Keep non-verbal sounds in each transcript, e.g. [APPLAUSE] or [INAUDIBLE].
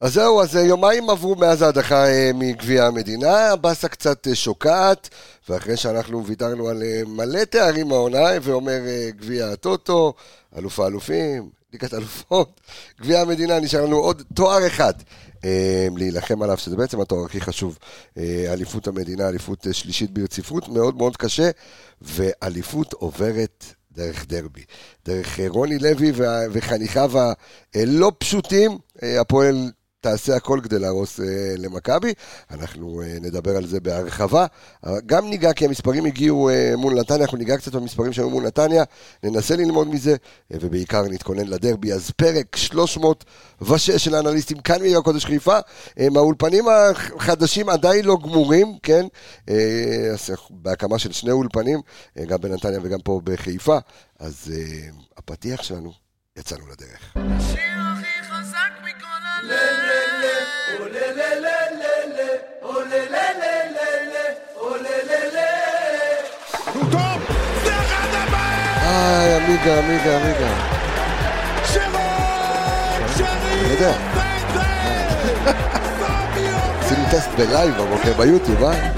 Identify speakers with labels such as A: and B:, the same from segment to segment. A: אז זהו, אז אה, יומיים עברו מאז ההדחה אה, מגביע המדינה, הבאסה קצת אה, שוקעת, ואחרי שאנחנו ויתרנו על אה, מלא תארים העונה, ואומר אה, גביע הטוטו, אלוף האלופים, ליגת אלופות, גביע המדינה, נשאר לנו עוד תואר אחד אה, להילחם עליו, שזה בעצם התואר הכי חשוב, אה, אליפות המדינה, אליפות אה, שלישית ברציפות, מאוד מאוד קשה, ואליפות עוברת דרך דרבי, דרך אה, רוני לוי וה- וחניכיו הלא פשוטים, אה, הפועל תעשה הכל כדי להרוס אה, למכבי, אנחנו אה, נדבר על זה בהרחבה. אבל גם ניגע, כי המספרים הגיעו אה, מול נתניה, אנחנו ניגע קצת במספרים שהיו מול נתניה, ננסה ללמוד מזה, אה, ובעיקר נתכונן לדרבי. אז פרק 306 של האנליסטים כאן מעיר הקודש חיפה, אה, מהאולפנים החדשים עדיין לא גמורים, כן? אה, אז אנחנו בהקמה של שני אולפנים, אה, גם בנתניה וגם פה בחיפה, אז אה, הפתיח שלנו, יצאנו לדרך.
B: השיר הכי חזק מכל הלב.
C: הוא טוב! זה אחד הבעיה
A: איי, עמיגה, עמיגה, עמיגה.
C: שלו!
A: אני
C: שרי!
A: יודע. עשינו טסט בלייב בבוקר ביוטיוב, אה?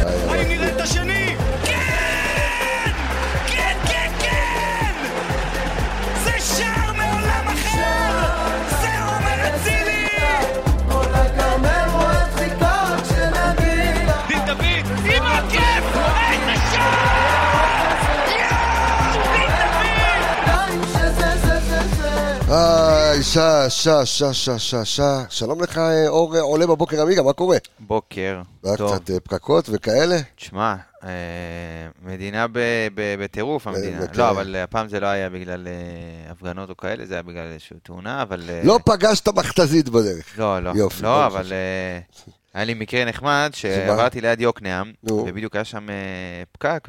C: האם נראה את השני? כן! כן, כן, כן! זה שער מעולם אחר! זה עומר אצילי! דין דוד! עם הכיף! איזה שער! יואו! דין דוד!
A: היי, שעה, שעה, שעה, שעה, שעה, שעה. שלום לך, אה, אור אה, עולה בבוקר עמיגה, מה קורה?
D: בוקר.
A: היה
D: טוב, כן.
A: קצת אה, פקקות וכאלה?
D: תשמע, אה, מדינה ב- ב- בטירוף המדינה.
A: בטירוף.
D: לא, אבל אה, הפעם זה לא היה בגלל אה, הפגנות או כאלה, זה היה בגלל איזושהי תאונה, אבל... אה,
A: לא פגשת מכתזית בדרך.
D: לא, לא.
A: יופי,
D: לא,
A: ברוך
D: אבל
A: השם.
D: אה, היה לי מקרה נחמד, שעברתי ליד יוקנעם,
A: נו.
D: ובדיוק היה שם אה, פקק,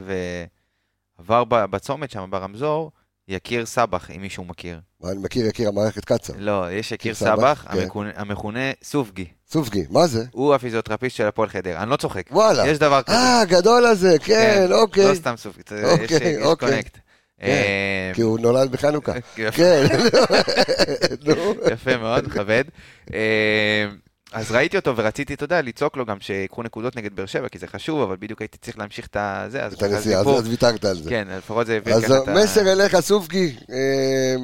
D: ועבר ב- בצומת שם, ברמזור, יקיר סבח, אם מישהו מכיר.
A: מה, אני מכיר, יקיר המערכת קצב.
D: לא, יש יקיר
A: סבח,
D: סבח,
A: כן.
D: המכונה- המכונה סופגי.
A: סופגי, מה זה?
D: הוא הפיזיותרפיסט של הפועל חדרה. אני לא צוחק.
A: וואלה.
D: יש דבר כזה.
A: אה, הגדול הזה, כן, אוקיי.
D: לא סתם סופי, זה- יש-
A: אוקיי,
D: יש
A: אוקיי.
D: קונקט. אה,
A: כי הוא נולד בחנוכה.
D: [LAUGHS] יפה-
A: כן, [LAUGHS] נו.
D: יפה מאוד, מכבד. אה, אז ראיתי אותו ורציתי, אתה יודע, לצעוק לו גם שיקחו נקודות נגד באר שבע, כי זה חשוב, אבל בדיוק הייתי צריך להמשיך את הזה, אז
A: את הנסיעה, אז
D: פה-
A: אז ויתרת על זה.
D: כן, לפחות זה הביא
A: אז
D: ככה את ה...
A: המסר אליך, סופגי, אה,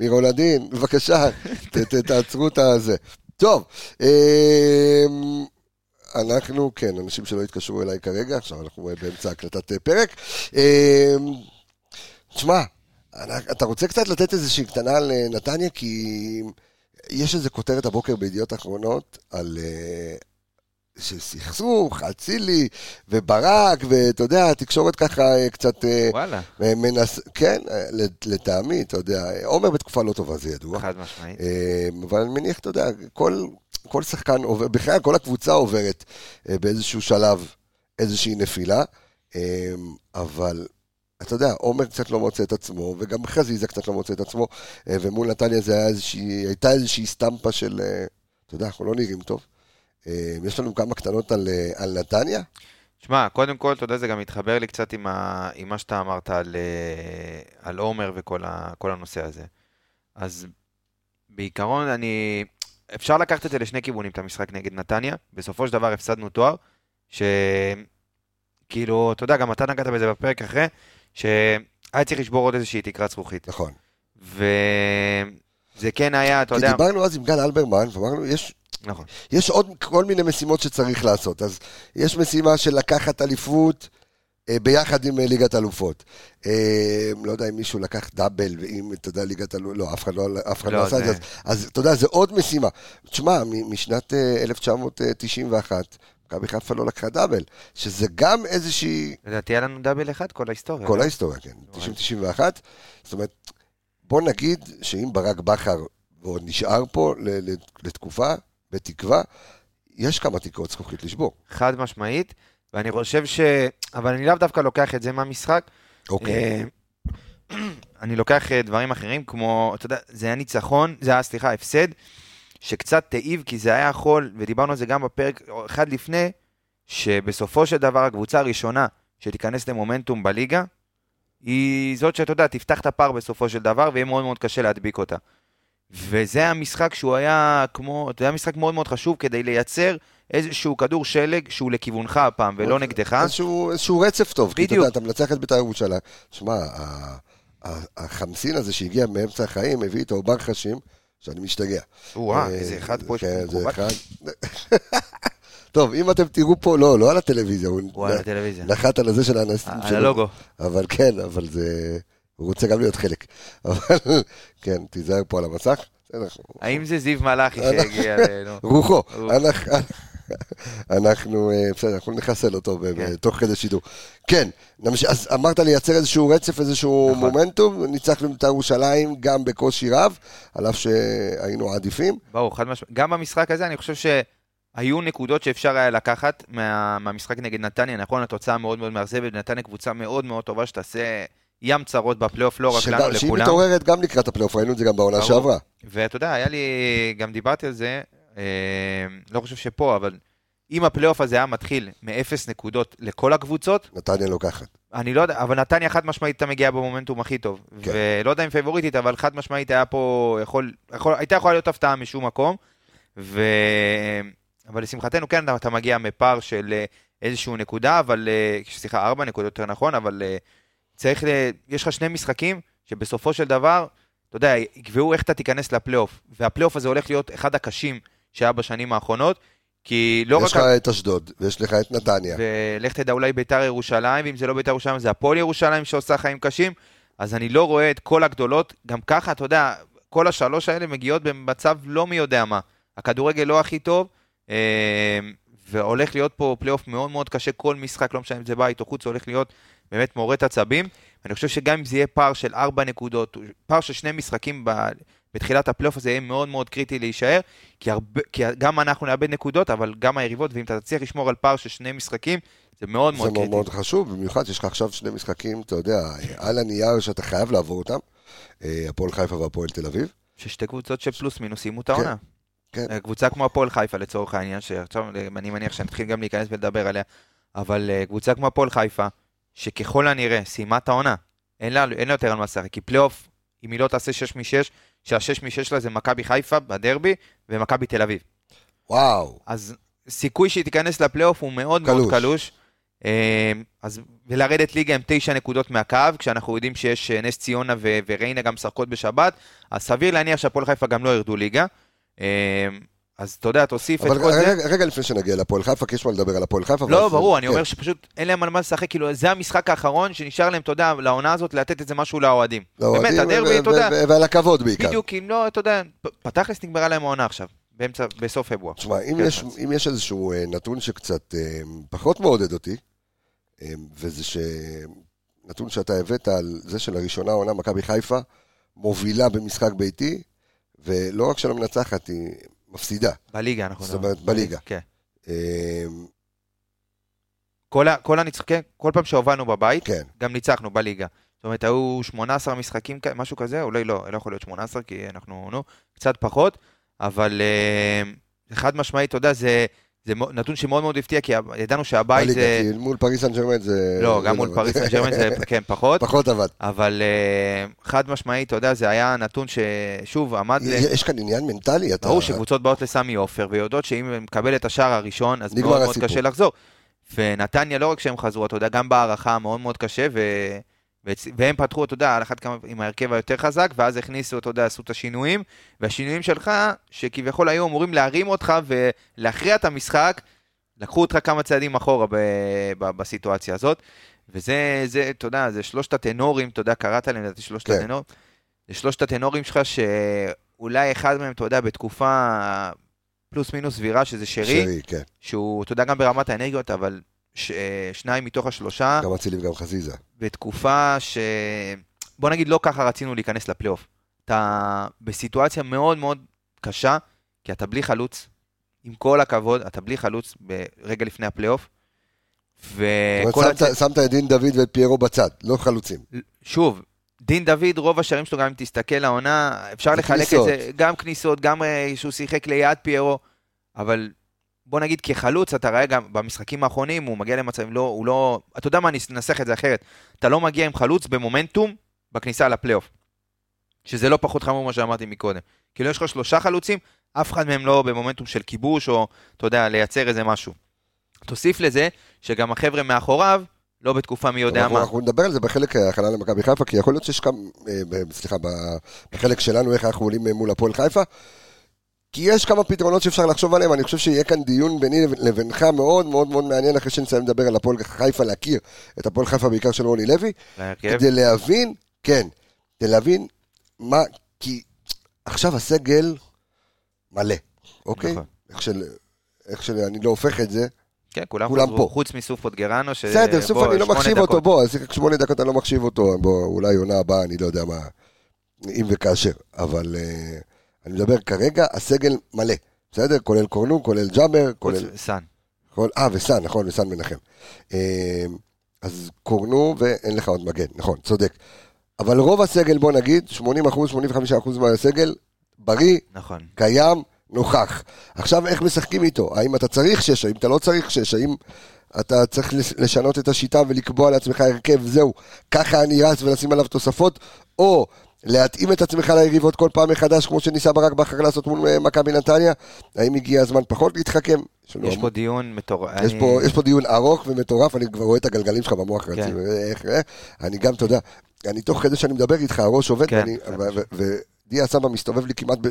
A: מרולדין, [LAUGHS] בבקשה, ת- ת- תעצרו את הזה. טוב, אה, אנחנו, כן, אנשים שלא התקשרו אליי כרגע, עכשיו אנחנו באמצע הקלטת אה, פרק. אה, תשמע, אנ- אתה רוצה קצת לתת איזושהי קטנה על אה, נתניה? כי יש איזה כותרת הבוקר בידיעות אחרונות על... אה, של סכסוך, אצילי וברק, ואתה יודע, התקשורת ככה אה, קצת... אה,
D: וואלה,
A: מנס... כן, לט- לטעמי, אתה יודע, עומר בתקופה לא טובה, זה ידוע.
D: חד משמעית.
A: אה, אבל אני מניח, אתה יודע, כל, כל שחקן עובר, בכלל כל הקבוצה עוברת אה, באיזשהו שלב איזושהי נפילה, אה, אבל אתה יודע, עומר קצת לא מוצא את עצמו, וגם חזיזה קצת לא מוצא את עצמו, אה, ומול נתניה זה היה איזושהי, הייתה איזושהי סטמפה של, אה, אתה יודע, אנחנו לא נראים טוב. אה, יש לנו כמה קטנות על, אה, על נתניה?
D: שמע, קודם כל, אתה יודע, זה גם מתחבר לי קצת עם, ה... עם מה שאתה אמרת על, אה, על עומר וכל ה... כל הנושא הזה. אז בעיקרון, אני... אפשר לקחת את זה לשני כיוונים, את המשחק נגד נתניה. בסופו של דבר הפסדנו תואר, שכאילו, אתה יודע, גם אתה נגעת בזה בפרק אחרי, שהיה צריך לשבור עוד איזושהי תקרת זכוכית.
A: נכון.
D: וזה כן היה, אתה
A: כי
D: יודע...
A: דיברנו אז עם גל אלברמן, ואמרנו, יש
D: נכון.
A: יש עוד כל מיני משימות שצריך לעשות. אז יש משימה של לקחת אליפות אה, ביחד עם אה, ליגת אלופות. אה, לא יודע אם מישהו לקח דאבל, ואם, אתה יודע, ליגת אלופות, לא, אף אחד לא, אף אחד לא,
D: לא,
A: עשה את זה.
D: זה-
A: אז, אז אתה יודע, זה עוד משימה. תשמע, מ- משנת אה, 1991, מכבי חיפה לא לקחה דאבל, שזה גם איזושהי...
D: לדעתי היה לנו דאבל אחד כל ההיסטוריה.
A: כל ההיסטוריה, כן,
D: אוקיי.
A: 90-91. זאת אומרת, בוא נגיד שאם ברק בכר ועוד נשאר פה ל- ל- לתקופה, בתקווה, יש כמה תקרות זכוכית לשבור.
D: חד משמעית, ואני חושב ש... אבל אני לאו דווקא לוקח את זה מהמשחק. אה, אני לוקח אה, דברים אחרים, כמו, אתה יודע, זה היה ניצחון, זה היה, סליחה, הפסד, שקצת תעיב, כי זה היה יכול, ודיברנו על זה גם בפרק אחד לפני, שבסופו של דבר הקבוצה הראשונה שתיכנס למומנטום בליגה, היא זאת שאתה יודע, תפתח את הפער בסופו של דבר, ויהיה מאוד מאוד קשה להדביק אותה. וזה המשחק שהוא היה כמו, אתה יודע, משחק מאוד מאוד חשוב כדי לייצר איזשהו כדור שלג שהוא לכיוונך הפעם ולא נגדך.
A: איזשהו, איזשהו רצף טוב. כי אתה
D: אה, בדיוק.
A: יודע, אתה מנצח את בית"ר ירושלים. שמע, ה- ה- החמסין הזה שהגיע מאמצע החיים, הביא איתו בר חשים, שאני משתגע.
D: או-אה, איזה אחד פה.
A: כן, זה
D: שמכובד.
A: אחד. [LAUGHS] טוב, אם אתם תראו פה, לא, לא על הטלוויזיה,
D: הוא
A: הוא
D: על
A: נ-
D: הטלוויזיה. אה,
A: נחת על הזה של האנסים
D: על
A: שלו.
D: הלוגו.
A: אבל כן, אבל זה... הוא רוצה גם להיות חלק. אבל כן, תיזהר פה על המסך. אנחנו-
D: האם זה זיו
A: [LAUGHS]
D: מלאכי שהגיע ל... נו.
A: רוחו.
D: רוח.
A: אנחנו- אנחנו, אה, בסדר, אנחנו נחסל אותו ב-
D: כן.
A: תוך כדי שידור. כן, נמשיך. אז אמרת לייצר איזשהו רצף, איזשהו
D: נכון.
A: מומנטום, ניצחנו את ירושלים גם בקושי רב, על אף שהיינו עדיפים.
D: ברור, חד משמעית. גם במשחק הזה אני חושב שהיו נקודות שאפשר היה לקחת מה... מהמשחק נגד נתניה, נכון? התוצאה מאוד מאוד מאכזבת, נתניה קבוצה מאוד מאוד טובה שתעשה ים צרות בפלייאוף, לא רק
A: שגם-
D: לנו,
A: שהיא
D: לכולם.
A: מתעוררת גם לקראת הפלייאוף, ראינו את זה גם בעונה
D: ברור.
A: שעברה.
D: ואתה יודע, היה לי, גם דיברתי על זה, אה, לא חושב שפה, אבל אם הפלייאוף הזה היה מתחיל מאפס נקודות לכל הקבוצות,
A: נתניה לוקחת.
D: אני לא יודע, אבל נתניה חד משמעית הייתה מגיעה במומנטום הכי טוב.
A: כן.
D: כן. ולא יודע אם פייבוריטית, אבל חד משמעית היה פה, יכול, יכול, הייתה יכולה להיות הפתעה משום מקום. ו... אבל לשמחתנו כן, אתה- אתה מגיע מפער של אה, איזשהו נקודה, אבל, אה, סליחה, ארבע נקודות יותר נכון, אבל אה, צריך, ל- יש לך שני משחקים שבסופו של דבר, אתה יודע, יקבעו איך אתה תיכנס לפלייאוף. והפלייאוף הזה הולך להיות אחד הקשים שהיה בשנים האחרונות, כי לא
A: יש
D: רק...
A: לך את אשדוד, ויש לך את נתניה.
D: ולך תדע, אולי ביתר ירושלים, ואם זה לא ביתר ירושלים, זה הפועל ירושלים שעושה חיים קשים, אז אני לא רואה את כל הגדולות. גם ככה, אתה יודע, כל השלוש האלה מגיעות במצב לא מי יודע מה. הכדורגל לא הכי טוב, אה, והולך להיות פה פלייאוף מאוד מאוד קשה, כל משחק, לא משנה אם זה בית או חוץ, הולך להיות באמת מורט עצבים. אני חושב שגם אם זה יהיה פער של ארבע נקודות, פער של שני משחקים ב... בתחילת הפלייאוף הזה יהיה מאוד מאוד קריטי להישאר, כי, הרבה, כי גם אנחנו נאבד נקודות, אבל גם היריבות, ואם אתה תצליח לשמור על פער של שני משחקים, זה מאוד
A: זה
D: מאוד
A: מאוד
D: קריטי.
A: מאוד חשוב, במיוחד שיש לך עכשיו שני משחקים, אתה יודע, על הנייר שאתה חייב לעבור אותם, אה, הפועל חיפה והפועל תל אביב.
D: ששתי קבוצות שפלוס מינוס סיימו את העונה.
A: כן.
D: אה, קבוצה כמו הפועל חיפה לצורך העניין, שעכשיו אני מניח שנתחיל גם להיכנס ולדבר עליה, אבל אה, קבוצה כמו הפועל חיפה, שככל הנראה סיימה את העונה, אין לה, אין לה יותר על מה לשחק, כי פלייאוף, אם היא לא תעשה 6 מ-6, שה-6 מ-6 שלה זה מכבי חיפה בדרבי ומכבי תל אביב.
A: וואו,
D: אז סיכוי שהיא תיכנס לפלייאוף הוא מאוד קלוש.
A: קלוש.
D: מאוד קלוש. אה, אז ולרדת ליגה עם תשע נקודות מהקו, כשאנחנו יודעים שיש אה, נס ציונה ו- וריינה גם משחקות בשבת, אז סביר להניח שהפועל חיפה גם לא ירדו ליגה. אה, אז אתה יודע, תוסיף את
A: אבל
D: כל זה.
A: רגע- רגע לפני שנגיע להפועל חיפה, כי יש מה לדבר על הפועל חיפה.
D: לא,
A: ואז-
D: ברור, אני
A: כן.
D: אומר שפשוט אין להם על מה לשחק, כאילו זה המשחק האחרון שנשאר להם, אתה יודע, לעונה הזאת, לתת את זה משהו לאוהדים. באמת,
A: לאוהדים
D: הדרבי,
A: לא, ו-
D: אתה יודע,
A: ו- ו- ועל הכבוד בעיקר.
D: בדיוק, אם לא, אתה יודע, פ- בתכלס נגמרה להם העונה עכשיו, באמצע, בסוף פברואר.
A: תשמע, אם
D: כן,
A: יש-
D: אז-
A: אם יש איזשהו אה, נתון שקצת אה, פחות מעודד אותי, אה, וזה ש... נתון שאתה הבאת על זה שלראשונה העונה מכבי חיפה מובילה במשחק ביתי, ולא רק שלא מנצחת, היא מפסידה.
D: בליגה, אנחנו...
A: זאת אומרת, בליגה.
D: כן.
A: אה,
D: כל, ה- כל, הניצח... כן, כל פעם שהובלנו בבית,
A: כן.
D: גם ניצחנו בליגה. זאת אומרת, היו 18 משחקים, כ- משהו כזה, אולי לא, לא יכול להיות 18, כי אנחנו, נו, קצת פחות, אבל אה, חד משמעית, אתה יודע, זה, זה מו- נתון שמאוד מאוד הפתיע, כי ה- ידענו שהבית
A: בליגה,
D: זה...
A: כי מול פריס סן ג'רמן זה...
D: לא,
A: זה
D: גם מול
A: לא-
D: פריס סן ג'רמן זה, כן, פחות,
A: [LAUGHS] פחות עבד.
D: אבל אה, חד משמעית, אתה יודע, זה היה נתון ששוב עמד ל...
A: יש כאן עניין מנטלי, אתה...
D: ברור שקבוצות באות לסמי עופר ויודעות שאם הם מקבל את השער הראשון, אז
A: נגמר
D: מאוד מאוד
A: הסיפור.
D: קשה לחזור. ונתניה, לא רק שהם חזרו, אתה יודע, גם בהערכה מאוד מאוד קשה, ו... והצ- והם פתחו, אתה יודע, על אחת כמה עם ההרכב היותר חזק, ואז הכניסו, אתה יודע, עשו את השינויים, והשינויים שלך, שכביכול היו אמורים להרים אותך ולהכריע את המשחק, לקחו אותך כמה צעדים אחורה ב... ב... בסיטואציה הזאת. וזה, זה, אתה יודע, זה שלושת הטנורים, אתה יודע, קראת להם, לדעתי שלושת
A: כן.
D: הטנורים. זה שלושת הטנורים שלך, שאולי אחד מהם, אתה יודע, בתקופה פלוס מינוס סבירה, שזה שרי, שרי.
A: שרי, כן.
D: שהוא, אתה יודע, גם ברמת האנרגיות, אבל ש... אה, שניים מתוך השלושה,
A: גם אצילי וגם חזיזה.
D: אה, בתקופה ש... בוא נגיד, לא ככה רצינו להיכנס לפלייאוף. אתה בסיטואציה מאוד מאוד קשה, כי אתה בלי חלוץ, עם כל הכבוד, אתה בלי חלוץ ברגע לפני הפלייאוף.
A: זאת
D: וכל
A: אומרת,
D: הצ...
A: שמת- שמת את דין דוד ואת פיירו בצד, לא חלוצים.
D: שוב, דין דוד, רוב השערים שלו, גם אם תסתכל לעונה, אפשר
A: זה
D: לחלק
A: כניסות.
D: את זה, גם כניסות, גם אה, שהוא שיחק ליד פיירו, אבל בוא נגיד כחלוץ, אתה רואה גם במשחקים האחרונים, הוא מגיע למצבים, לא, הוא לא... אתה יודע מה, אני אנסח את זה אחרת. אתה לא מגיע עם חלוץ במומנטום בכניסה לפלייאוף. שזה לא פחות חמור ממה שאמרתי מקודם. כאילו, יש לך שלושה חלוצים, אף אחד מהם לא במומנטום של כיבוש, או, אתה יודע, לייצר איזה משהו. תוסיף לזה, שגם החבר'ה מאחוריו, לא בתקופה מי יודע
A: אנחנו,
D: מה.
A: אנחנו נדבר על זה בחלק ההכנה למכבי חיפה, כי יכול להיות שיש גם, אה, ב- סליחה, ב- בחלק שלנו, איך אנחנו עולים אה, מול הפועל חיפה. כי יש כמה פתרונות שאפשר לחשוב עליהם, אני חושב שיהיה כאן דיון ביני לב- לבינך מאוד מאוד מאוד מעניין, אחרי שנסיים לדבר על הפועל חיפה, להכיר את הפועל חיפה בעיקר של רוני לוי,
D: להרכב.
A: כדי להבין, כן, כדי להבין מה, כי עכשיו הסגל מלא, אוקיי?
D: נכון.
A: איך של... איך שאני לא הופך את זה.
D: כן, כולם,
A: כולם
D: חזרו,
A: פה.
D: חוץ מסופוט גרנו, ש...
A: בסדר, סוף
D: בוא,
A: אני לא
D: שמונה
A: מחשיב
D: דקות.
A: אותו, בוא, אז שמונה דקות אני לא מחשיב אותו, בוא, אולי עונה הבאה, אני לא יודע מה, אם וכאשר, אבל אה, אני מדבר כרגע, הסגל מלא, בסדר? כולל קורנו, כולל ג'אבר,
D: חוץ
A: כולל...
D: סאן.
A: כל- אה, וסן, נכון, וסן מנחם. אה, אז קורנו ואין לך עוד מגן, נכון, צודק. אבל רוב הסגל, בוא נגיד, 80%, 85% מהסגל, בריא,
D: נכון.
A: קיים, נוכח. עכשיו, איך משחקים איתו? האם אתה צריך שש? האם אתה לא צריך שש? האם אתה צריך לש- לשנות את השיטה ולקבוע לעצמך הרכב, זהו, ככה אני רץ ולשים עליו תוספות? או להתאים את עצמך ליריבות כל פעם מחדש, כמו שניסה ברק בכר לעשות מול אה, מכבי נתניה? האם הגיע הזמן פחות להתחכם? לנו
D: יש
A: המון-
D: פה דיון מטורף.
A: לא, יש,
D: אני-
A: פה, יש פה דיון ארוך ומטורף, אני כבר רואה את הגלגלים שלך במוח
D: כן.
A: רצים. איך, איך, אני גם, אתה יודע, אני תוך כדי שאני מדבר איתך, הראש עובד,
D: כן,
A: ואני-
D: זה
A: ו- ו- ודיה סבא מסתובב לי כמעט, ב,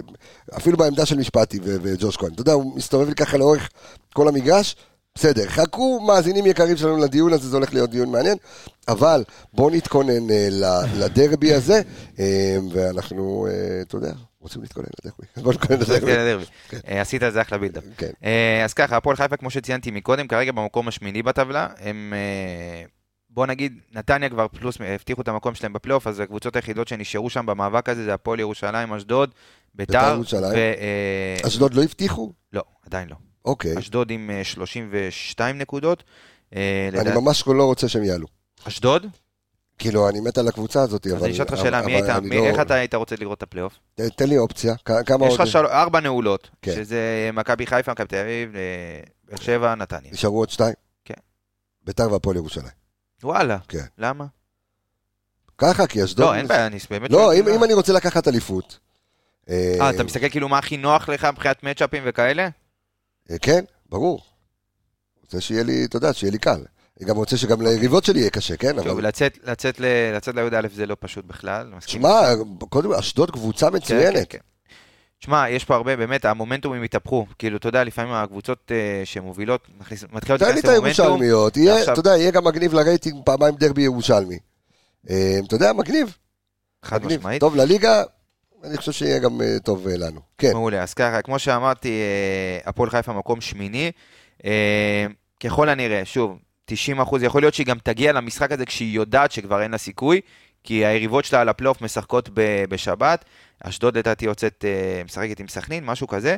A: אפילו בעמדה של משפטי ו- וג'וש כהן, אתה יודע, הוא מסתובב לי ככה לאורך כל המגרש, בסדר, חכו מאזינים יקרים שלנו לדיון הזה, זה הולך להיות דיון מעניין, אבל בואו נתכונן אה, ל- לדרבי הזה, אה, ואנחנו, אה, אתה יודע, רוצים להתכונן לדרבי, [LAUGHS] בואו
D: [LAUGHS]
A: נתכונן
D: חשבתי על
A: לדרבי,
D: הדרבי. אה, כן, עשית את זה אחלה בילדאפ.
A: כן.
D: אה, אז ככה, הפועל חיפה, כמו שציינתי מקודם, כרגע במקום השמיני בטבלה, הם... אה, בוא נגיד, נתניה כבר פלוס, הבטיחו את המקום שלהם בפלייאוף, אז הקבוצות היחידות שנשארו שם במאבק הזה זה הפועל ירושלים, אשדוד,
A: בית"ר
D: ביתר,
A: ירושלים.
D: ו... אה,
A: אשדוד לא הבטיחו?
D: לא, עדיין לא.
A: אוקיי,
D: אשדוד עם אה, 32 נקודות. אה,
A: אני
D: לדעת-
A: ממש לא רוצה שהם יעלו.
D: אשדוד?
A: כאילו, אני מת על הקבוצה הזאת, אבל...
D: אז אני אשאל אותך
A: אבל-
D: שאלה, מי
A: אבל
D: היית-
A: אני
D: מי-
A: לא-
D: איך אתה היית רוצה לראות את הפלייאוף?
A: ת- תן לי אופציה, כ- כמה
D: יש
A: עוד...
D: לך של- ארבע נעולות,
A: כן.
D: שזה מכבי חיפה, מכבי תל אביב, אה, באר שבע, נתניה.
A: נשארו עוד שתיים?
D: כן.
A: ביתר והפועל ירושלים.
D: וואלה,
A: כן.
D: למה?
A: ככה, כי אשדוד...
D: לא, אין בעיה, אני באמת...
A: לא,
D: שואל
A: אם-
D: שאלה.
A: אם אני רוצה לקחת אליפות...
D: אה, אתה מסתכל כאילו מה הכי נוח לך מבחינת מצ'אפים וכאלה?
A: אה, כן, ברור. רוצה שיהיה לי, אתה יודע, שיהיה לי קל. אני גם רוצה שגם ליריבות שלי יהיה קשה, כן?
D: טוב,
A: אבל...
D: לצאת- לצאת ל- לצאת לי"א זה לא פשוט בכלל. מסכים?
A: שמע, קודם כל, אשדוד קבוצה
D: כן, כן,
A: מצוינת.
D: כן. שמע, יש פה הרבה, באמת, המומנטומים התהפכו. כאילו, אתה יודע, לפעמים הקבוצות אה, שמובילות, מכניס- מתחילות
A: תן לי את
D: להיכנס למומנטום.
A: הירושלמיות, יהיה,
D: ועכשיו-
A: אתה יודע, יהיה גם מגניב לרייטינג פעמיים דרבי ירושלמי. אה, אתה יודע, מגניב.
D: חד
A: מגניב.
D: משמעית.
A: טוב לליגה, אני חושב שיהיה גם אה, טוב אה, לנו. כן.
D: מעולה, אז ככה, כמו שאמרתי, אה, הפועל חיפה מקום שמיני. אה, ככל הנראה, שוב, 90 אחוז, יכול להיות שהיא גם תגיע למשחק הזה כשהיא יודעת שכבר אין לה סיכוי, כי היריבות שלה על הפלייאוף משחקות ב- בשבת. אשדוד לדעתי יוצאת, אה, משחקת עם סכנין, משהו כזה.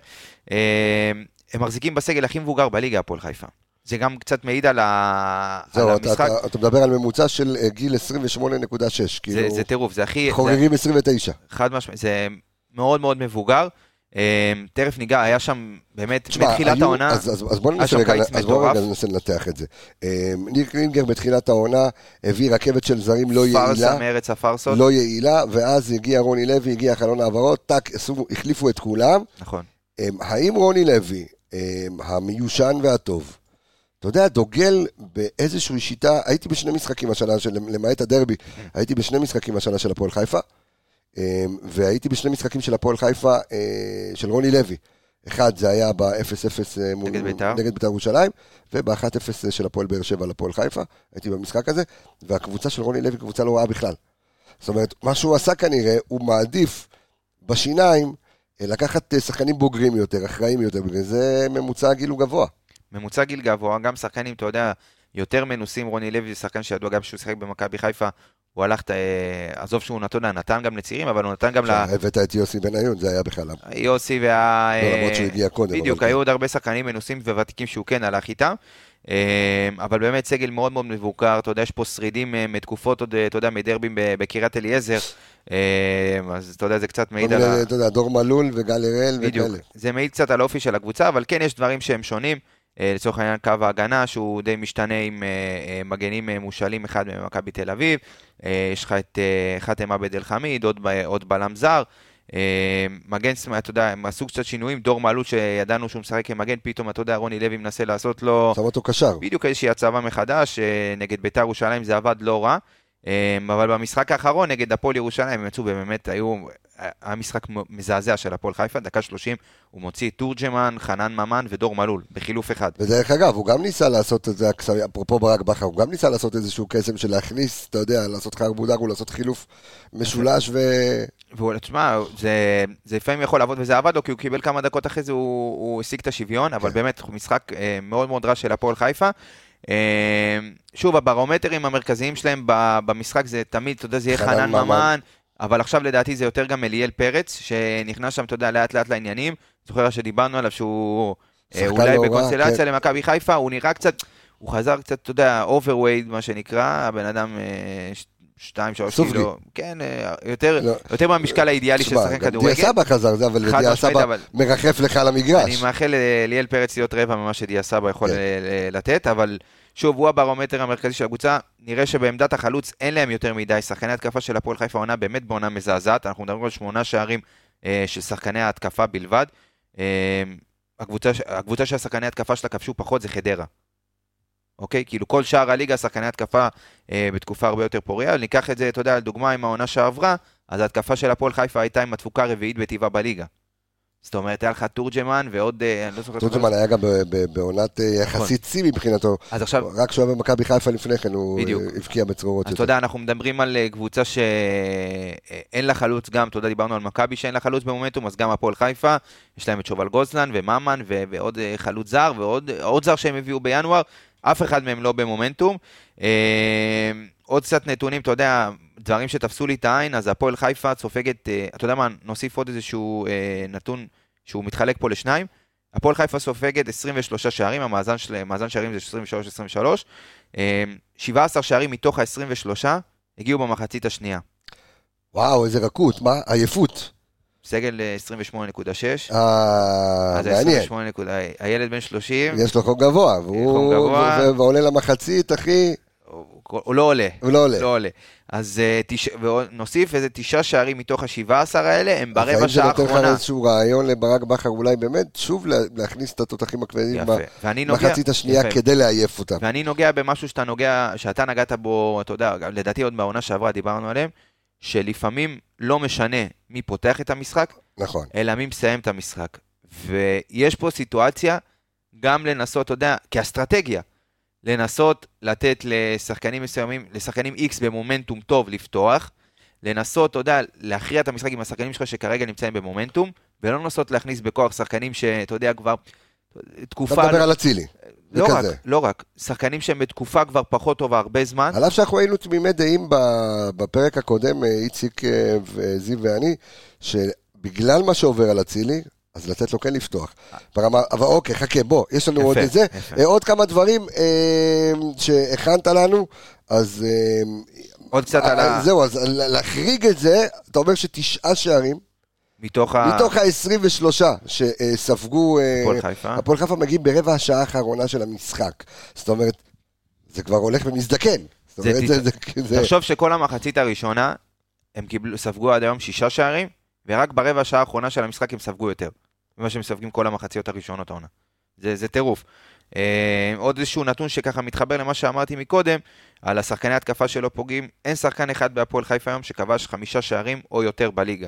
D: אה, הם מחזיקים בסגל הכי מבוגר בליגה, הפועל חיפה. זה גם קצת מעיד על, ה... על
A: זהו, אתה,
D: המשחק.
A: אתה, אתה מדבר על ממוצע של אה, גיל 28.6,
D: זה,
A: כאילו,
D: זה טירוף, זה הכי... זה
A: חוגגים 29.
D: חד משמעית, זה מאוד מאוד מבוגר. אה, תכף ניגע, היה שם באמת,
A: תשמע,
D: מתחילת
A: היו-
D: העונה,
A: אז, אז, אז בוא ננסה
D: היה שם
A: רגע,
D: קיץ
A: אז בוא רגע
D: מטורף.
A: ננסה לנתח את זה. אה, ניר קלינגר בתחילת העונה הביא רכבת של זרים לא יעילה,
D: פארסה מארץ הפארסות,
A: לא יעילה, ואז הגיע רוני לוי, הגיע חלון העברות, טאק, עשו- החליפו את כולם.
D: נכון.
A: אמ, האם רוני לוי, אמ, המיושן והטוב, אתה יודע, דוגל באיזושהי שיטה, הייתי בשני משחקים השנה, של, למעט הדרבי, הייתי בשני משחקים השנה של הפועל חיפה, אמ, והייתי בשני משחקים של הפועל חיפה, אה, של רוני לוי. אחד זה היה ב-0-0 אה, מול-
D: נגד בית"ר.
A: נגד בית"ר ירושלים, וב-1-0 של הפועל באר שבע לפועל חיפה, הייתי במשחק הזה, והקבוצה של רוני לוי קבוצה לא רעה בכלל. זאת אומרת, מה שהוא עשה כנראה, הוא מעדיף בשיניים אה, לקחת אה, שחקנים בוגרים יותר, אחראים יותר, בגלל זה ממוצע הגיל הוא גבוה.
D: ממוצע גיל גבוה, גם שחקנים, אתה יודע, יותר מנוסים, רוני לוי זה שחקן שידוע גם שהוא שיחק במכבי חיפה, הוא הלך, ת- אה, עזוב שהוא נתון, נתן גם לצעירים, אבל הוא נתן גם ל...
A: עכשיו, הבאת את יוסי בניון, זה היה בכלל.
D: יוסי וה... אה,
A: לא, למרות שהוא הגיע קודם, אבל
D: בדיוק,
A: כן.
D: היו עוד הרבה שחקנים מנוסים וותיקים שהוא כן הלך איתם. אה, אבל באמת סגל מאוד מאוד מבוקר, אתה יודע, יש פה שרידים אה, מתקופות עוד, אה, אתה יודע, מדרבים ב- בקריית אליעזר, אה, אז אתה יודע, זה קצת
A: כל
D: מעיד על ה...
A: מיני, אתה יודע, דור מלול וגל הראל
D: בדיוק.
A: וכאלה.
D: זה מעיד קצת על האופי של הקבוצה, אבל כן, יש דברים שהם שונים. אה, לצורך העניין, קו ההגנה, שהוא די משתנה עם אה, אה, מגנים אה, מושאלים, אחד מהם מכבי תל אביב. אה, יש לך את אה, חאתם עבד אל חמיד, עוד ב- עוד בלם זר. אה, מגן שמאל, אתה יודע, הם עשו קצת שינויים. דור מעלות, שידענו שהוא משחק כמגן, פתאום, אתה יודע, רוני לוי מנסה לעשות לו...
A: שם אותו קשר.
D: בדיוק איזושהי הצבה מחדש, אה, נגד ביתר ירושלים זה עבד לא רע, אה, אבל במשחק האחרון נגד הפועל ירושלים הם יצאו באמת, היו, היה משחק מ- מזעזע של הפועל חיפה, דקה 30 הוא מוציא את תורג'מן, חנן ממן ודור מלול, בחילוף אחד.
A: ודרך אגב, הוא גם ניסה לעשות את זה, הקסמים- אפרופו ברק בכר, הוא גם ניסה לעשות איזשהו קסם של להכניס, אתה יודע, לעשות חרבודר, הוא לעשות חילוף משולש ו...
D: והוא, תשמע, זה, זה לפעמים יכול לעבוד, וזה עבד לו, כי הוא קיבל כמה דקות אחרי זה, הוא, הוא השיג את השוויון,
A: כן.
D: אבל באמת, משחק אה, מאוד מאוד רע של הפועל חיפה. אה, שוב, הברומטרים המרכזיים שלהם ב- במשחק זה תמיד, אתה יודע, זה יהיה
A: חנן
D: חנן
A: ממן.
D: ממן, אבל עכשיו לדעתי זה יותר גם אליאל פרץ, שנכנס שם, אתה יודע, לאט לאט לעניינים. זוכר שדיברנו עליו שהוא אה,
A: שחקן
D: אולי
A: לא רע,
D: בקונסטלציה למכבי חיפה, הוא נראה קצת, הוא חזר קצת, אתה יודע, אוברווייד, מה שנקרא, הבן אדם... אה, ש- שתיים, שלוש
A: סופגי.
D: קילו, כן, אה, יותר,
A: לא.
D: יותר מהמשקל האידיאלי של
A: תשמע,
D: שחקן
A: גם דיה
D: כדורגל.
A: סבא חזר זה, אבל
D: חד
A: דיה
D: משמעית,
A: סבא
D: אבל-
A: מרחף לך על
D: אני
A: המגרש.
D: מאחל אה, ליאל פרץ להיות רבע ממה שדיה סבא יכול
A: כן.
D: אה, ל- לתת, אבל שוב, הוא הברומטר המרכזי של הקבוצה. נראה שבעמדת החלוץ אין להם יותר מדי. שחקני התקפה של הפועל חיפה עונה באמת בעונה מזעזעת. אנחנו מדברים על שמונה שערים אה, של שחקני ההתקפה בלבד. אה, הקבוצה, ש- הקבוצה שהשחקני התקפה שלה כבשו פחות זה חדרה. אוקיי? כאילו כל שאר הליגה, שחקני התקפה אה, בתקופה הרבה יותר פוריה. ניקח את זה, אתה יודע, לדוגמה עם העונה שעברה, אז ההתקפה של הפועל חיפה הייתה עם התפוקה הרביעית בטבעה בליגה. זאת אומרת, היה לך תורג'מן ועוד, אה, אני לא זוכר...
A: תורג'מן היה גם ב- ב- בעונת אה,
D: נכון.
A: יחסית שיא מבחינתו.
D: אז עכשיו,
A: רק כשהוא היה במכבי חיפה לפני כן, הוא
D: בדיוק.
A: אה, הבקיע בצרורות.
D: אז
A: יותר.
D: אתה יודע, אנחנו מדברים על אה, קבוצה שאין לה חלוץ גם, אתה יודע, דיברנו על מכבי שאין לה חלוץ במומנטום, אז גם הפועל חיפה, יש להם את שובל גוזלן וממן ו- ועוד אה, חלוץ זר ועוד עוד זר שהם הביאו בינואר, אף אחד מהם לא במומנטום. אה, עוד קצת נתונים, אתה יודע, דברים שתפסו לי את העין, אז הפועל חיפה סופגת, אה, אתה יודע מה, נוסיף עוד איזשהו אה, נתון שהוא מתחלק פה לשניים. הפועל חיפה סופגת 23 שערים, המאזן של, מאזן שערים זה 23-23. אה, 17 שערים מתוך ה-23 הגיעו במחצית השנייה.
A: וואו, איזה רכות, מה? עייפות.
D: סגל אה, 28.6.
A: אה,
D: אז ה-
A: מעניין.
D: 28 נקודה, הילד בן 30,
A: יש לו חום גבוה, והוא
D: כן, גבוה.
A: ו- ו- ועולה למחצית, אחי,
D: הוא הוא לא עולה.
A: הוא לא עולה.
D: לא עולה. אז אה, תש- ונוסיף איזה תשעה שערים מתוך ה-17 האלה, הם
A: אז האם
D: ברבע
A: זה
D: שעה
A: נותן לך
D: האחרונה.
A: איזשהו רעיון לברק בכר, אולי באמת, שוב לה- להכניס את התותחים הכבדים
D: יפה. ואני נוגע...
A: במחצית השנייה
D: יפה.
A: כדי לעייף אותם.
D: ואני נוגע במשהו שאתה נוגע, שאתה נגעת בו, אתה יודע, גם לדעתי עוד בעונה שעברה דיברנו עליהם, שלפעמים לא משנה מי פותח את המשחק,
A: נכון.
D: אלא מי מסיים את המשחק. ויש פה סיטואציה גם לנסות, אתה יודע, כאסטרטגיה, לנסות לתת לשחקנים מסוימים, לשחקנים X במומנטום טוב לפתוח, לנסות, אתה יודע, להכריע את המשחק עם השחקנים שלך שכרגע נמצאים במומנטום, ולא לנסות להכניס בכוח שחקנים שאתה יודע כבר
A: אתה
D: תקופה...
A: מדבר על אצילי.
D: לא רק,
A: וכזה.
D: לא רק, שחקנים שהם בתקופה כבר פחות טובה הרבה זמן,
A: על אף שאנחנו היינו תמימי דעים ב- בפרק הקודם, אה, איציק אה, וזיו ואני, שבגלל מה שעובר על אצילי, אז לתת לו כן לפתוח. ברמה, אבל אוקיי, חכה, בוא, יש לנו
D: אה. יפה,
A: עוד את זה.
D: יפה.
A: אה, עוד כמה דברים אה, שהכנת לנו, אז אה,
D: עוד קצת על ה...
A: אז זהו, אז לה- להחריג את זה, אתה אומר שתשעה שערים,
D: מתוך ה...
A: מתוך ה-23 שספגו... אה,
D: הפועל חיפה.
A: הפועל חיפה מגיעים ברבע השעה האחרונה של המשחק. זאת אומרת, זה כבר הולך ומזדקן. זאת
D: זה
A: אומרת, זה... זה- זה-
D: תחשוב שכל המחצית הראשונה, הם קיבלו, ספגו עד היום שישה שערים, ורק ברבע השעה האחרונה של המשחק הם ספגו יותר. ממה שהם ספגים כל המחציות הראשונות העונה. זה, זה טירוף. אה, עוד איזשהו נתון שככה מתחבר למה שאמרתי מקודם, על השחקני התקפה שלא פוגעים, אין שחקן אחד בהפועל חיפה היום שכבש חמישה שערים או יותר בליגה.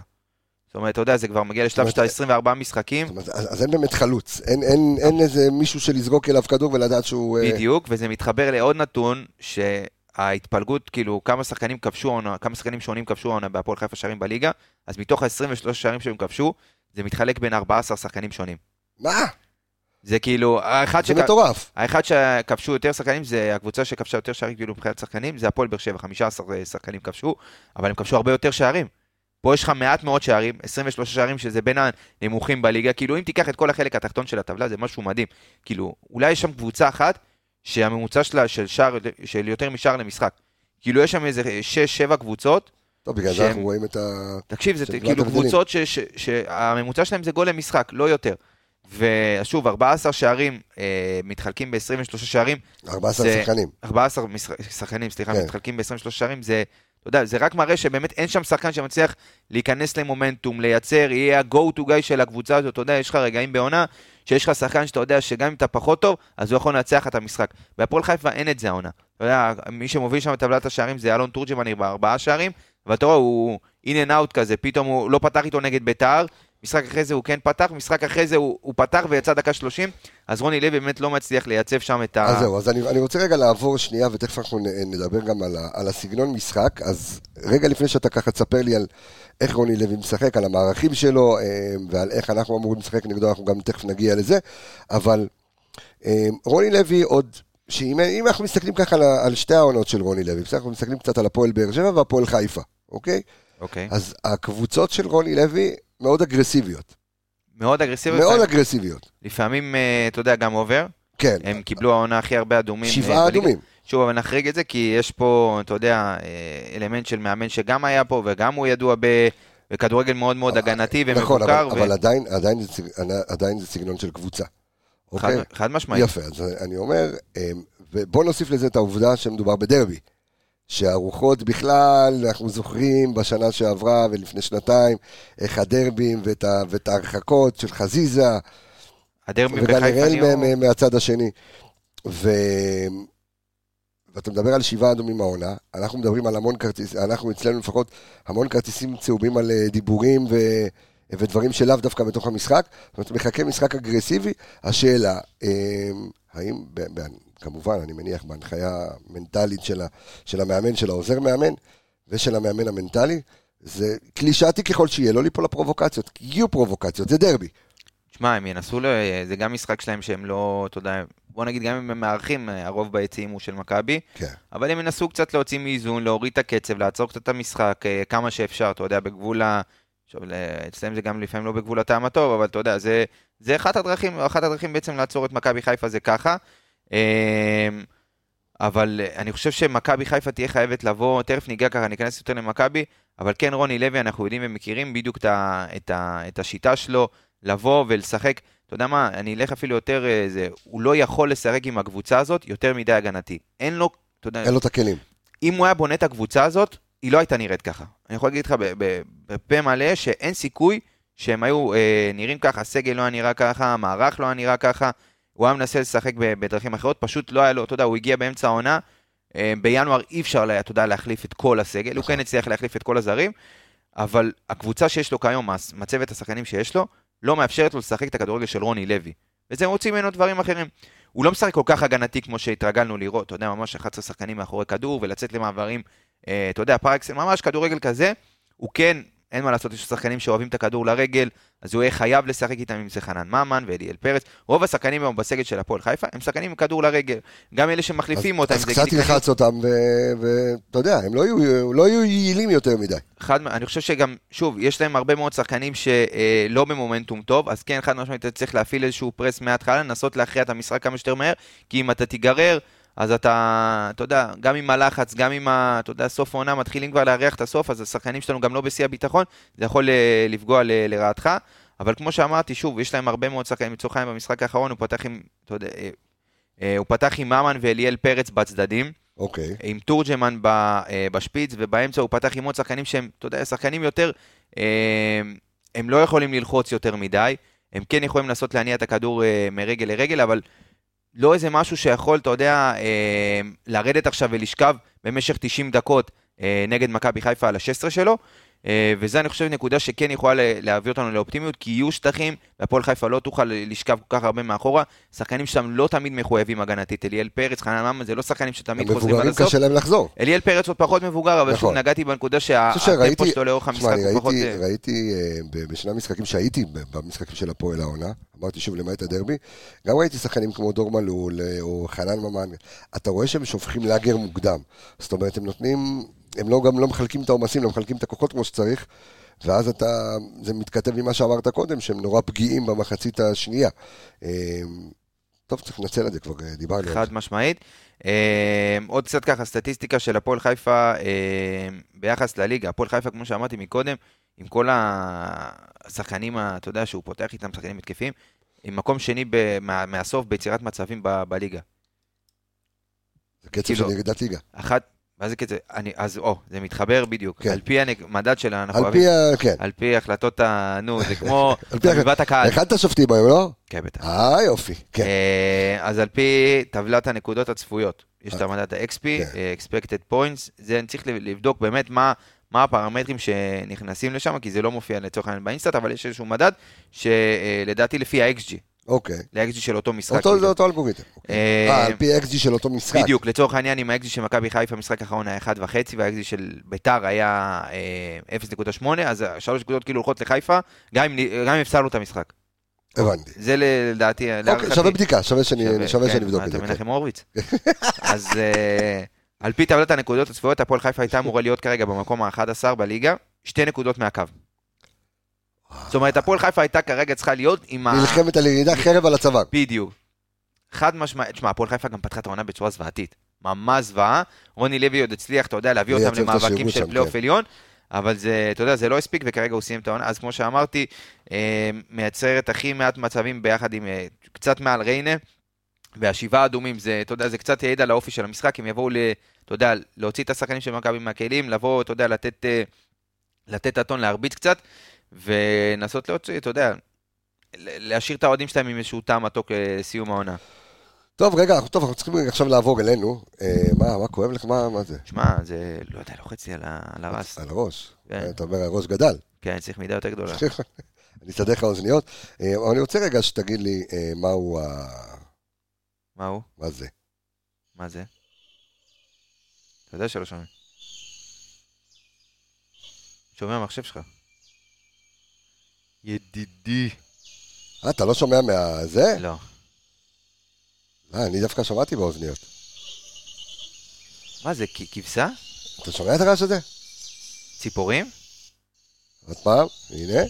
D: זאת אומרת, אתה יודע, זה כבר מגיע לשלב
A: זאת
D: שאתה 24 משחקים,
A: זאת אומרת, אז אז אין באמת חלוץ, אין- אין אין איזה מישהו שלזרוק אליו כדור ולדעת שהוא... אה,
D: בדיוק, וזה מתחבר לעוד נתון, שההתפלגות, כאילו, כמה שחקנים כבשו העונה, כמה שחקנים שונים כבשו העונה בהפועל חיפה שערים בליגה, אז מתוך ה-23 שערים שהם כבשו, זה מתחלק בין 14 שחקנים שונים.
A: מה?
D: זה כאילו, האחד,
A: זה
D: שכ...
A: מטורף.
D: האחד שכבשו יותר שחקנים, זה הקבוצה שכבשה יותר שערים, כאילו, מבחינת שחקנים, זה הפועל באר שבע, 15 שחקנים כבשו, אבל הם כבשו הרבה יותר שערים. פה יש לך מעט מאוד שערים, 23 שערים שזה בין הנמוכים בליגה, כאילו אם תיקח את כל החלק התחתון של הטבלה זה משהו מדהים, כאילו אולי יש שם קבוצה אחת שהממוצע שלה של שער, של יותר משער למשחק, כאילו יש שם איזה 6-7 קבוצות
A: טוב, בגלל זה
D: שהם-
A: אנחנו רואים את ה...
D: תקשיב, זה
A: של
D: ת- כאילו
A: הבדלים.
D: קבוצות ש- ש- שהממוצע שלהם זה גול למשחק, לא יותר. ושוב, 14 שערים אה, מתחלקים ב-23 שערים,
A: 14
D: זה-
A: שחקנים.
D: 14 משחק- שחקנים, סליחה,
A: כן.
D: מתחלקים ב-23 שערים, זה, אתה יודע, זה רק מראה שבאמת אין שם שחקן שמצליח להיכנס למומנטום, לייצר, יהיה ה-go to guy של הקבוצה הזאת, אתה יודע, יש לך רגעים בעונה, שיש לך שחקן שאתה יודע שגם אם אתה פחות טוב, אז הוא יכול לנצח את המשחק. בהפועל חיפה אין את זה העונה. אתה יודע, מי שמוביל שם את טבלת השערים זה אלון תורג'מני בארבעה שערים, ואתה רואה, הוא in and out כזה, פתאום הוא לא פתח איתו נגד בית"ר, משחק אחרי זה הוא כן פתח, משחק אחרי זה הוא, הוא פתח ויצא דקה 30, אז רוני לוי באמת לא מצליח לייצב שם את ה...
A: אז זהו, אז אני, אני רוצה רגע לעבור שנייה, ותכף אנחנו נ- נדבר גם על, ה, על הסגנון משחק. אז רגע לפני שאתה ככה תספר לי על איך רוני לוי משחק, על המערכים שלו, אה, ועל איך אנחנו אמורים לשחק נגדו, אנחנו גם תכף נגיע לזה. אבל אה, רוני לוי עוד, שאם אם אנחנו מסתכלים ככה על, ה- על שתי העונות של רוני לוי, בסדר, אנחנו מסתכלים קצת על הפועל באר שבע והפועל חיפה, אוקיי?
D: אוקיי.
A: אז הקבוצות של רוני לוי מאוד אגרסיביות.
D: מאוד אגרסיבי,
A: מאוד
D: לפעמים-
A: אגרסיביות,
D: לפעמים, אה, אתה יודע, גם אובר.
A: כן.
D: הם קיבלו העונה הכי הרבה אדומים. אה,
A: שבעה
D: בליגה.
A: אדומים.
D: שוב, אבל נחריג את זה, כי יש פה, אתה יודע, אה, אלמנט של מאמן שגם היה פה, וגם הוא ידוע ב- בכדורגל מאוד מאוד הגנתי
A: נכון,
D: ומבוקר.
A: אבל,
D: ו-
A: אבל עדיין, עדיין, זה, סג- עדיין זה סגנון של קבוצה.
D: חד-
A: אוקיי?
D: חד משמעית.
A: יפה, אז אני אומר, אמ, ובוא נוסיף לזה את העובדה שמדובר בדרבי. שהרוחות בכלל, אנחנו זוכרים בשנה שעברה ולפני שנתיים, איך הדרבים ואת, ה, ואת ההרחקות של חזיזה,
D: הדרבים
A: וגם
D: בחיפה
A: הראל מה-
D: נהיו...
A: מה- מהצד השני. ו... ואתה מדבר על שבעה אדומים העונה, אנחנו מדברים על המון כרטיסים, אנחנו אצלנו לפחות המון כרטיסים צהובים על אה, דיבורים ו... ודברים שלאו דווקא בתוך המשחק. זאת אומרת, מחכה משחק אגרסיבי. השאלה, אה, האם, ב... ב... כמובן, אני מניח בהנחיה מנטלית של, ה... של המאמן, של העוזר מאמן ושל המאמן המנטלי, זה קלישאתי ככל שיהיה, לא ליפול לפרובוקציות, כי יהיו פרובוקציות, זה דרבי.
D: תשמע, הם ינסו, ל- זה גם משחק שלהם שהם לא, אתה יודע, בוא נגיד, גם אם הם מארחים, אה, הרוב ביציעים הוא של מכבי.
A: כן.
D: אבל הם ינסו קצת להוציא מאיזון, להוריד את הקצב, לעצור קצת את המשחק אה, כמה שאפשר, אתה יודע, בגבול ה... עכשיו, ל- אצלם זה גם לפעמים לא בגבול הטעם הטוב, אבל אתה יודע, זה, זה אחת הדרכים, אחת הדרכים בעצם לעצור את מכבי חיפה זה ככה. אה, אבל אה, אני חושב שמכבי חיפה תהיה חייבת לבוא, תכף ניגע ככה, ניכנס יותר למכבי, אבל כן, רוני לוי, אנחנו יודעים ומכירים בדיוק את, ה, את, ה, את השיטה שלו, לבוא ולשחק. אתה יודע מה, אני אלך אפילו יותר, אה, זה, הוא לא יכול לשחק עם הקבוצה הזאת יותר מדי הגנתי. אין לו, אתה יודע,
A: אין לו את הכלים.
D: אם הוא היה בונה את הקבוצה הזאת, היא לא הייתה נראית ככה. אני יכול להגיד לך ב- ב- בפה מלא שאין סיכוי שהם היו אה, נראים ככה, הסגל לא היה נראה ככה, המערך לא היה נראה ככה, הוא היה מנסה לשחק ב- בדרכים אחרות, פשוט לא היה לו, אתה יודע, הוא הגיע באמצע העונה, אה, בינואר אי אפשר, לה- אתה יודע, להחליף את כל הסגל,
A: נכון.
D: הוא כן הצליח להחליף את כל הזרים, אבל הקבוצה שיש לו כיום, הס- מצבת השחקנים שיש לו, לא מאפשרת לו לשחק את הכדורגל של רוני לוי. וזה מוציא ממנו דברים אחרים. הוא לא משחק כל כך הגנתי כמו שהתרגלנו לראות, אתה יודע, ממש 11 שחקנים מאחורי כדור ולצאת למעברים, אה, אתה יודע, פרקס, ממש כדורגל כזה, הוא כן, אין מה לעשות, יש שחקנים שאוהבים את הכדור לרגל, אז הוא יהיה חייב לשחק איתם אם זה חנן ממן ואליאל פרץ. רוב השחקנים היום בסגל של הפועל חיפה הם שחקנים עם כדור לרגל, גם אלה שמחליפים אותם,
A: אז
D: אם זה
A: קצת
D: גידי קנין,
A: תלחץ אותם, ו- ואתה יודע, הם לא יהיו- לא יהיו יעילים יותר מדי.
D: חד, אני חושב שגם, שוב, יש להם הרבה מאוד שחקנים שלא במומנטום טוב, אז כן, חד משמעית, אתה צריך להפעיל איזשהו פרס מההתחלה, לנסות להכריע את המשחק כמה שיותר מהר, כי אם אתה תיגרר, אז אתה, אתה יודע, גם עם הלחץ, גם עם, ה, אתה יודע, סוף העונה, מתחילים כבר לארח את הסוף, אז השחקנים שלנו גם לא בשיא הביטחון, זה יכול אה, לפגוע ל, לרעתך. אבל כמו שאמרתי, שוב, יש להם הרבה מאוד שחקנים, לצורך העניין במשחק האחרון, הוא פתח עם, אתה יודע, אה, אה, הוא פתח עם ממן ואליאל פרץ בצדדים.
A: אוקיי.
D: עם תורג'מן ב, אה, בשפיץ, ובאמצע הוא פתח עם עוד שחקנים שהם, אתה יודע, שחקנים יותר, אה, הם לא יכולים ללחוץ יותר מדי, הם כן יכולים לנסות להניע את הכדור אה, מרגל לרגל, אבל לא איזה משהו שיכול, אתה יודע, אה, לרדת עכשיו ולשכב במשך 90 דקות אה, נגד מכבי חיפה על ה-16 שלו. אה, וזה, אני חושב, נקודה שכן יכולה ל- להביא אותנו לאופטימיות, כי יהיו שטחים, והפועל חיפה לא תוכל לשכב כל כך הרבה מאחורה. שחקנים שם לא תמיד מחויבים הגנתית. אליאל פרץ, חנן ממן, זה לא שחקנים שתמיד חוזרים על
A: המבוגרים
D: הסוף.
A: קשה להם לחזור.
D: אליאל פרץ עוד פחות מבוגר, אבל שוב
A: נכון.
D: נגעתי בנקודה
A: אני חושב
D: שהטמפו
A: שראיתי,
D: שלו לאורך
A: תשמע,
D: המשחק
A: אני
D: הוא פחות...
A: ראיתי-
D: אה,
A: ראיתי אה, ב- בשני המשחקים שהייתי ב- במשחקים של הפועל העונה, אמרתי שוב, למעט הדרבי, גם ראיתי שחקנים כמו דור מלול אה, או חנן ממן, אתה רואה שהם שופכים לאגר מוקדם. זאת אומרת, הם נותנים, הם לא גם לא מחלקים את העומסים, לא מחלקים את הכוחות כמו שצריך, ואז אתה, זה מתכתב עם מה שאמרת קודם, שהם נורא פגיעים במחצית השנייה. אה, טוב, צריך לנצל את זה כבר, אה, דיברנו על
D: חד
A: זה.
D: משמעית. אה, עוד קצת ככה, סטטיסטיקה של הפועל חיפה אה, ביחס לליגה. הפועל חיפה, כמו שאמרתי מקודם, עם כל השחקנים, ה- אתה יודע, שהוא פותח איתם, שחקנים התקפיים, עם מקום שני ב- מה- מהסוף ביצירת מצבים ב- בליגה.
A: זה קצב של
D: כאילו-
A: ירידת ליגה.
D: אחת, מה זה קצב? אני, אז, או, זה מתחבר בדיוק.
A: כן.
D: על פי המדד של אנחנו
A: על פי
D: אוהבים.
A: ה... כן.
D: על פי החלטות ה... נו, זה כמו
A: [LAUGHS] על פי
D: חביבת הקהל.
A: הכנת שופטים היום, לא?
D: כן, בטח.
A: אה, יופי. כן.
D: אה, אז על פי טבלת הנקודות הצפויות, יש את המדד ה-XP,
A: כן.
D: אה, expected points, זה אני צריך לב- לבדוק באמת מה, מה הפרמטרים שנכנסים לשם, כי זה לא מופיע לצורך העניין באינסטאט, אבל יש איזשהו מדד שלדעתי לפי ה-XG,
A: אוקיי.
D: ל-XG של אותו משחק.
A: אותו זה
D: בדיוק.
A: אותו אלגוריתם. אה,
D: אה,
A: על פי אקסג'י של אותו משחק.
D: בדיוק, לצורך העניין עם ה-XG של מכבי חיפה, המשחק האחרון היה 1.5 וה-XG של ביתר היה אה, 0.8, אז שלוש נקודות כאילו הולכות לחיפה, גם אם נ- גם אם הפסלנו את המשחק.
A: הבנתי.
D: זה ל- לדעתי,
A: אוקיי,
D: להערכתי.
A: שווה בדיקה, שווה שאני- שווה
D: כן,
A: שאני אבדוק
D: מה,
A: את זה.
D: אתה
A: כן.
D: מנחם הורוביץ. אז אה, על פי טבלת הנקודות הצפויות, הפועל חיפה הייתה אמורה להיות כרגע במקום ה-11 בליגה, שתי נקודות מהקו. זאת אומרת, הפועל חיפה הייתה כרגע צריכה להיות עם ה...
A: נלחמת כן. על ירידה
D: אה.
A: חרב על הצוואר.
D: בדיוק. חד משמעית, תשמע, הפועל חיפה גם פתחה את העונה בצורה זוועתית. ממש זוועה. רוני לוי עוד הצליח, אתה יודע, להביא
A: לייצב
D: אותם
A: את
D: למאבקים
A: השיבוש
D: של
A: שם,
D: פלייאוף
A: כן.
D: עליון, אבל זה, אתה יודע, זה לא הספיק, וכרגע הוא סיים את העונה. אז כמו שאמרתי, אה, מייצרת הכי מעט מצבים ביחד עם, אה, קצת מעל ריינה, והשבעה האדומים, זה, אתה יודע, זה קצת העיד על האופי של המשחק, הם יבואו, ל, אתה יודע, להוציא את השחקנים של מכבי מהכלים, לבוא, אתה יודע, לתת, אה, לתת את הטון, להרביץ קצת, ולנסות להוציא, אתה יודע, ל- להשאיר את האוהדים שלהם עם איזשהו טעם מתוק לסיום העונה.
A: טוב, רגע, אנחנו- טוב, אנחנו צריכים עכשיו לעבור אלינו. אה, מה, מה כואב לך? מה מה זה?
D: שמע, זה, לא יודע, לוחץ לי על, ה, על הרס.
A: על הראש.
D: כן.
A: אתה אומר, הראש גדל.
D: כן, צריך מידה יותר גדולה.
A: [LAUGHS] אני אסדר לך אוזניות. אה, אבל אני רוצה רגע שתגיד לי אה, מהו ה...
D: מה הוא?
A: מה זה?
D: מה זה? אתה יודע שלא שומעים. שומע מהמחשב שלך. ידידי.
A: אה, אתה לא שומע מהזה?
D: לא.
A: אה, אני דווקא שמעתי באוזניות.
D: מה זה, כ- כבשה?
A: אתה שומע את הרעש הזה?
D: ציפורים?
A: עוד פעם, הנה.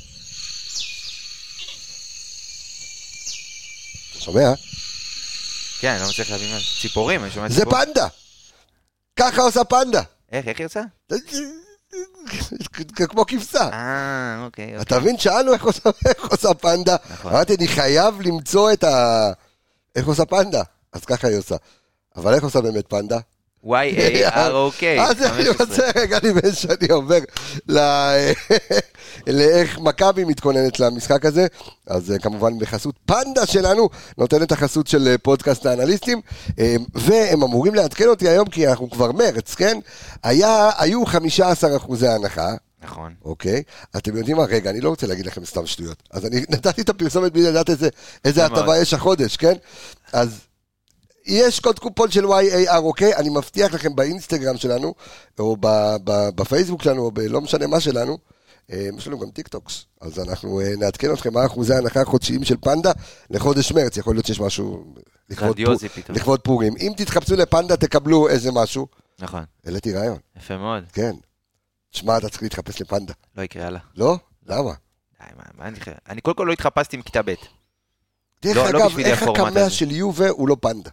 A: אתה שומע?
D: כן, אני לא מצליח להבין מה זה. ציפורים, אני שומע
A: זה
D: ציפורים.
A: פנדה! ככה עושה פנדה!
D: איך, איך יצא?
A: כמו כבשה.
D: אה, אוקיי. אוקיי.
A: אתה מבין? שאלנו איך עושה- איך עושה פנדה.
D: נכון.
A: אמרתי, אני חייב למצוא את ה... איך עושה פנדה. אז ככה היא עושה. אבל איך עושה באמת פנדה?
D: אוקיי. Y-A-R-O-K.
A: אה, אז אני
D: 15.
A: רוצה רגע לפני שאני עובר ל- [LAUGHS] לאיך מכבי מתכוננת למשחק הזה. אז אה, כמובן בחסות פנדה שלנו, נותן את החסות של אה, פודקאסט האנליסטים. אה, והם אמורים לעדכן אותי היום, כי אנחנו כבר מרץ, כן? היה, היו 15 אחוזי הנחה.
D: נכון.
A: אוקיי? אתם יודעים מה? רגע, אני לא רוצה להגיד לכם סתם שטויות. אז אני [LAUGHS] נתתי את הפרסומת בלי לדעת איזה- איזה
D: נכון.
A: הטבה יש החודש, כן? אז יש קוד קופון של YAR, אוקיי? אני מבטיח לכם באינסטגרם שלנו, או ב- ב- בפייסבוק שלנו, או בלא משנה מה שלנו. אה, יש לנו גם טיק טוקס, אז אנחנו אה, נעדכן אתכם מה אחוזי ההנחה החודשיים של פנדה לחודש מרץ, יכול להיות שיש משהו לכבוד פור-
D: גרנדיוזי פתאום.
A: לכבוד פורים. אם תתחפשו לפנדה תקבלו איזה משהו,
D: נכון.
A: העליתי רעיון,
D: יפה מאוד.
A: כן. תשמע, אתה צריך להתחפש לפנדה,
D: לא יקרה הלאה.
A: לא? למה?
D: די, מה, מה אני חי- אני קודם כל לא התחפשתי מכיתה ב'.
A: דרך
D: לא- לא
A: אגב,
D: בשבילי
A: איך
D: הפורמט
A: הקמע
D: הזה.
A: של יובה הוא לא פנדה.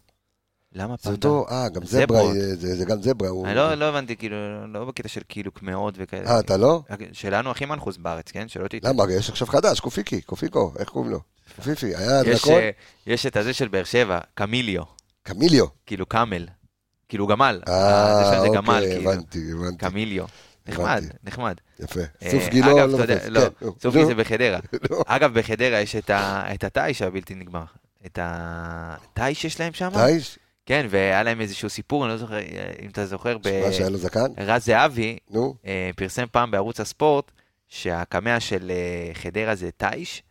D: למה
A: זה
D: פנדה?
A: אותו, אה, גם זברה,
D: זברות.
A: היא- זה זה גם זברה. הוא-
D: אני לא לא הבנתי, כאילו, לא בקטע של כאילו קמעות וכאלה.
A: אה, אתה לא?
D: אוקיי, שלנו הכי מנחוס בארץ, כן? שלא תטעה.
A: למה? הרי יש עכשיו חדש, קופיקי, קופיקו, איך קוראים לו? קופיפי, היה
D: יש,
A: דרקון?
D: אה, יש את הזה של באר שבע, קמיליו,
A: קמיליו.
D: כאילו קאמל, כאילו גמל. אה, זה
A: אה,
D: של זה גמל,
A: אוקיי,
D: כאילו.
A: הבנתי, הבנתי,
D: קמיליו. נחמד,
A: הבנתי.
D: נחמד.
A: יפה.
D: אה,
A: סוף גילו,
D: אגב, אתה יודע,
A: מבטא,
D: לא,
A: כן, נו,
D: סופי
A: נו,
D: זה
A: [LAUGHS]
D: בחדרה.
A: נו.
D: אגב, בחדרה יש את ה- את התיש הבלתי נגמר. את התיש שיש להם שם?
A: טייש,
D: כן, והיה להם איזשהו סיפור, אני לא זוכר, אה, אם אתה זוכר, ב-
A: מה שהיה לו זקן,
D: רז זהבי,
A: נו,
D: אה, פרסם פעם בערוץ הספורט שהקמע של אה, חדרה זה טייש,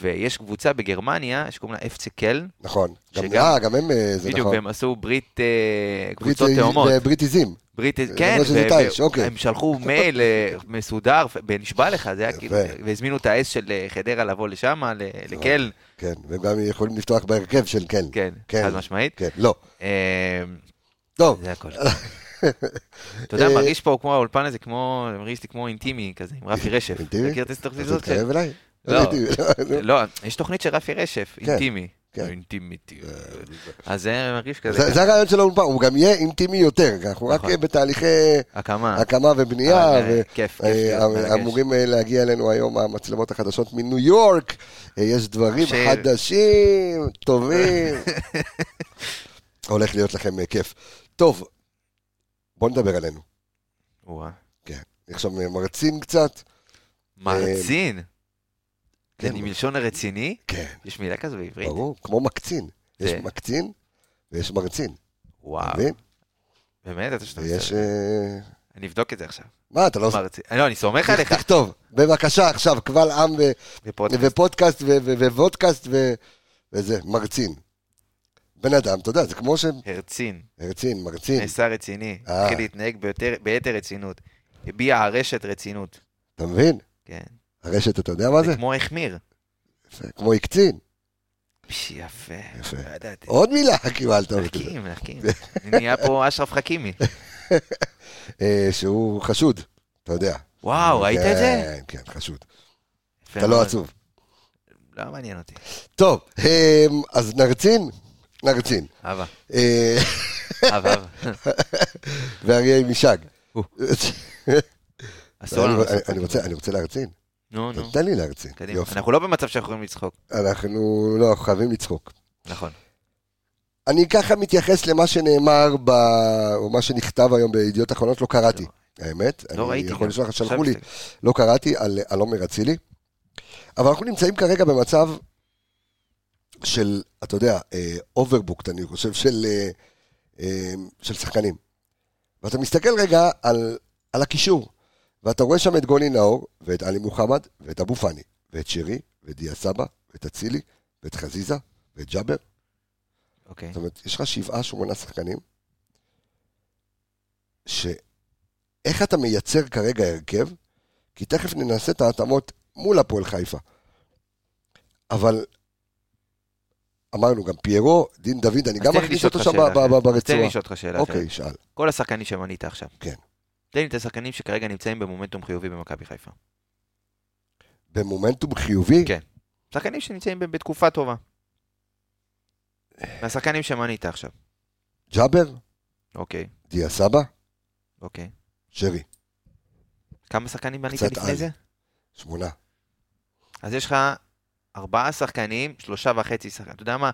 D: ויש קבוצה בגרמניה שקוראים לה אפצה קל,
A: נכון. גם-
D: שגם-
A: אה, גם הם, אה, זה
D: בדיוק,
A: נכון.
D: והם עשו ברית אה,
A: ברית-
D: קבוצות תאומות.
A: זה ברית עיזים.
D: ברית,
A: זה
D: כן,
A: אומר שזה
D: ו-
A: טייש,
D: ו-
A: אוקיי.
D: הם שלחו מייל אה, מסודר, ו- ונשבע לך, זה היה
A: יפה.
D: כאילו, והזמינו את האס של אה, חדרה לבוא לשם, ל- לקל,
A: כן, והם גם יכולים לפתוח בהרכב של כן.
D: כן,
A: כן.
D: חד משמעית.
A: כן, לא.
D: אה,
A: טוב, [LAUGHS]
D: זה הכל. אתה
A: אה,
D: יודע, מרגיש פה כמו האולפן הזה, כמו, מרגיש לי כמו אינטימי כזה, עם רפי רשף.
A: אינטימי? אוקיי.
D: מכיר את הסטורפיזות?
A: אתה תתקרב אליי?
D: לא.
A: לא, נו.
D: לא, יש תוכנית של רפי רשף,
A: כן.
D: אינטימי.
A: כן. אה,
D: אינטימיות. אז זה מרגיש כזה.
A: זה זה הרעיון של האולפן, הוא גם יהיה אינטימי יותר, כי אנחנו רק
D: כן, נכון.
A: אה, בתהליכי
D: הקמה.
A: הקמה ובנייה,
D: אה,
A: ו-
D: כיף, כיף
A: אה,
D: להיות מרגש.
A: אמורים אה, להגיע אלינו היום המצלמות החדשות מניו יורק, אה, יש דברים
D: שיר.
A: חדשים,
D: [LAUGHS]
A: טובים. הולך להיות לכם אה, כיף. טוב, בואו נדבר עלינו.
D: וואו.
A: אה, עכשיו אה, מרצים קצת.
D: מרצין?
A: כן.
D: זה מלשון הרציני?
A: כן,
D: יש מילה כזו בעברית?
A: ברור, כמו מקצין. יש
D: זה.
A: מקצין ויש מרצין, אתה
D: כן. וואו.
A: מבין?
D: באמת? אתה שאתה
A: ויש...
D: מסתכל.
A: אה,
D: אני אבדוק את זה עכשיו.
A: מה, אתה לא...
D: מרצין. לא, אני סומך עליך.
A: תכתוב, בבקשה עכשיו, קבל עם ו-
D: בפודקאסט.
A: ופודקאסט ו- ו- ווודקאסט ו- וזה, מרצין. בן אדם, אתה יודע, זה כמו ש...
D: הרצין.
A: הרצין, מרצין,
D: נעשה רציני.
A: אה.
D: התחיל להתנהג ביותר- ביתר רצינות. הביע הרשת רצינות.
A: אתה מבין?
D: כן.
A: הרשת, אתה יודע מה זה?
D: זה כמו החמיר.
A: יפה, כמו הקצין.
D: פש, יפה.
A: יפה.
D: לא ידעתי.
A: עוד מילה [LAUGHS] קיבלת.
D: חכים, חכים. נהיה פה אשרף חכימי.
A: אה, שהוא חשוד, אתה יודע.
D: וואו, ראית את זה?
A: כן, כן, חשוד.
D: יפה
A: אתה לא
D: מאוד.
A: עצוב.
D: לא מעניין אותי.
A: טוב, אה, אז נרצין? נרצין.
D: אבא,
A: אה,
D: אבא, אבא.
A: ואריה עם ישג.
D: או. אסור לנו
A: אני-
D: לעשות את
A: אני
D: זה.
A: רוצה- אני רוצה להרצין.
D: נו, נו,
A: תן לי להרצין.
D: קדימה.
A: יופי.
D: אנחנו לא במצב שאנחנו יכולים לצחוק.
A: אנחנו לא, אנחנו חייבים לצחוק.
D: נכון.
A: אני ככה מתייחס למה שנאמר, ב... או מה שנכתב היום בידיעות אחרונות, לא קראתי. האמת,
D: לא
A: אני
D: ראיתי.
A: יכול
D: גם.
A: לשלוח לך,
D: עכשיו
A: שלחו לי,
D: מסתכל.
A: לא קראתי, על, על עומר אצילי. אבל אנחנו נמצאים כרגע במצב של, אתה יודע, אה, אוברבוקט, אני חושב, של, אה, אה, של שחקנים. ואתה מסתכל רגע על, על הקישור, ואתה רואה שם את גולי נאור, ואת עלי מוחמד, ואת אבו פאני, ואת שירי, ואת דיה סבא, ואת אצילי, ואת חזיזה, ואת ג'אבר,
D: אוקיי.
A: זאת אומרת, יש לך שבעה, שמונה שחקנים, שאיך אתה מייצר כרגע הרכב, כי תכף ננסה את ההתאמות מול הפועל חיפה. אבל אמרנו גם פיירו, דין דוד, אני
D: אז
A: גם
D: תן לי
A: מכניס
D: לשאול
A: אותו
D: אותך
A: שם
D: שאלה
A: ב- ב-
D: אחרת. תן לי
A: ברצועה.
D: לשאול אותך שאלה אחרת.
A: אוקיי, שאל.
D: כל השחקנים שמנית עכשיו.
A: כן.
D: תן לי את השחקנים שכרגע נמצאים במומנטום חיובי במכבי חיפה.
A: במומנטום חיובי,
D: כן. שחקנים שנמצאים ב- בתקופה טובה. מהשחקנים שמנית עכשיו.
A: ג'אבר,
D: אוקיי,
A: דיה סבא,
D: אוקיי.
A: שרי,
D: כמה שחקנים מנית
A: קצת
D: לפני
A: על.
D: זה?
A: שמונה.
D: אז יש לך ארבעה שחקנים, שלושה וחצי שחקנים. אתה יודע מה?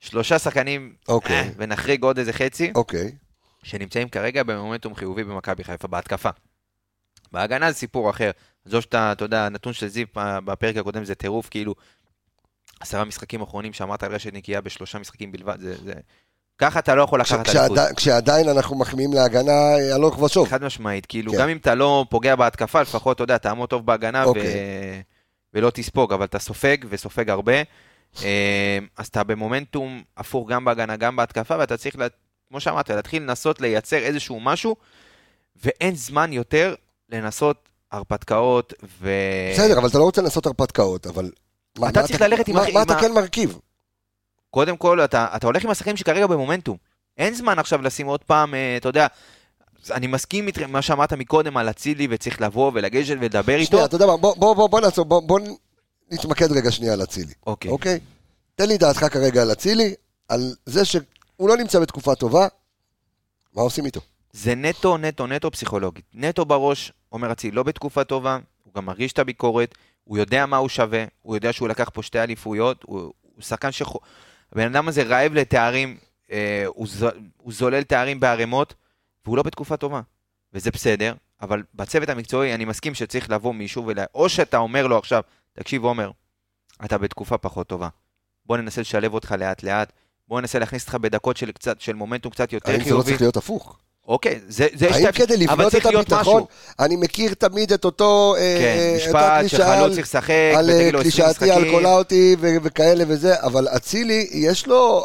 D: שלושה שחקנים, אה,
A: אוקיי,
D: ונחריג עוד איזה חצי.
A: אוקיי,
D: שנמצאים כרגע במומנטום חיובי במכבי חיפה, בהתקפה. בהגנה זה סיפור אחר. זו שאתה, אתה יודע, הנתון של זיו אה, בפרק הקודם זה טירוף, כאילו, עשרה משחקים אחרונים שאמרת על רשת נקייה בשלושה משחקים בלבד, זה... זה... ככה אתה לא יכול לקחת אליפות.
A: כשעדי- כשעדיין אנחנו מחמיאים להגנה אה, הלוך ושוב.
D: חד משמעית, כאילו,
A: כן.
D: גם אם אתה לא פוגע בהתקפה, לפחות, אתה יודע, תעמוד טוב בהגנה ו...
A: אוקיי.
D: ולא תספוג, אבל אתה סופג, וסופג הרבה. אה, אז אתה במומנטום הפוך גם בהגנה, גם בהתקפה, ואתה צריך, לה... כמו שאמרת, להתחיל לנסות לייצר איזשהו משהו, ואין זמן יותר לנסות הרפתקאות ו...
A: בסדר, אבל אתה לא רוצה לעשות הרפתקאות, אבל... מה-
D: אתה
A: מה
D: צריך ללכת עם
A: מה-
D: הכי-
A: מה
D: עם
A: אתה
D: ה-
A: כן מרכיב?
D: קודם כל, אתה, אתה הולך עם השחקנים שכרגע במומנטום. אין זמן עכשיו לשים עוד פעם, אה, אתה יודע, אני מסכים איתכם, מה שאמרת מקודם על אצילי, וצריך לבוא ולגשת ולדבר איתו.
A: שנייה, אתה יודע מה, בוא- בוא בוא- בוא נעצור, בוא- בוא נתמקד רגע שנייה על אצילי,
D: אוקיי.
A: אוקיי? תן לי דעתך כרגע על אצילי, על זה שהוא לא נמצא בתקופה טובה, מה עושים איתו?
D: זה נטו, נטו, נטו פסיכולוגית. נטו בראש, עומר אצילי לא בתקופה טובה, הוא גם מרגיש את הביקורת, הוא יודע מה הוא שווה, הוא יודע שהוא לקח פה שתי אליפויות, הוא, הוא שחקן ש... הבן אדם הזה רעב לתארים, אה, הוא, ז... הוא זולל תארים בערימות, והוא לא בתקופה טובה. וזה בסדר, אבל בצוות המקצועי אני מסכים שצריך לבוא מישהו ול... או שאתה אומר לו עכשיו, תקשיב עומר, אתה בתקופה פחות טובה. בוא ננסה לשלב אותך לאט-לאט, בוא ננסה להכניס אותך בדקות של, קצת, של מומנטום קצת יותר
A: האם
D: חיובי.
A: זה לא צריך להיות הפוך?
D: אוקיי, זה, זה
A: האם
D: שתי-
A: כדי
D: אבל
A: לבנות
D: צריך
A: את
D: להיות
A: הביטחון,
D: משהו.
A: אני מכיר תמיד את אותו... אה,
D: כן,
A: אה, אותה
D: משפט
A: קלישאה
D: שחלוץ
A: על-
D: צריך לשחק,
A: על
D: ותגיד
A: אה,
D: לו 20
A: קלישאתי על
D: לא משחקים.
A: קולאוטי ו- וכאלה וזה, אבל אצילי, יש לו...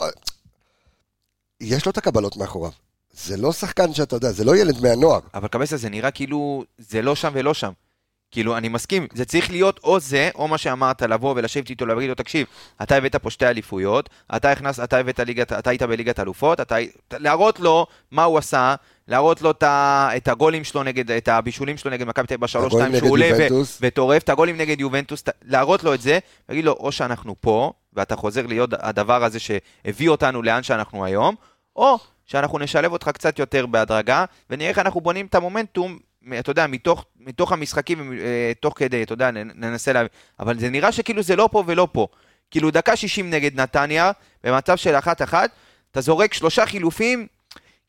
A: יש לו את הקבלות מאחוריו. זה לא שחקן שאתה יודע, זה לא ילד מהנוער.
D: אבל קבסה זה נראה כאילו זה לא שם ולא שם. כאילו, אני מסכים, זה צריך להיות או זה, או מה שאמרת, לבוא ולשבת איתו, להגיד לו, תקשיב, אתה הבאת פה שתי אליפויות, אתה הכנס, אתה הבאת ליגת, אתה היית בליגת אלופות, אתה... הי- להראות לו מה הוא עשה, להראות לו את ה- את הגולים שלו נגד, את הבישולים שלו נגד מכבי תל אביב בשלוש,
A: הגולים
D: שתיים,
A: נגד
D: שהוא עולה ו-
A: יובנטוס.
D: וטורף, את הגולים נגד יובנטוס, ת- להראות לו את זה, להגיד לו, או שאנחנו פה, ואתה חוזר להיות הדבר הזה שהביא אותנו לאן שאנחנו היום, או שאנחנו נשלב אותך קצת יותר בהדרגה, ונראה איך אנחנו בונים את המומנטום, מ- אתה יודע, מתוך, מתוך המשחקים, אה, תוך כדי, אתה יודע, נ- ננסה להבין. אבל זה נראה שכאילו זה לא פה ולא פה. כאילו דקה 60 נגד נתניה, במצב של אחת-אחת, אתה זורק שלושה חילופים,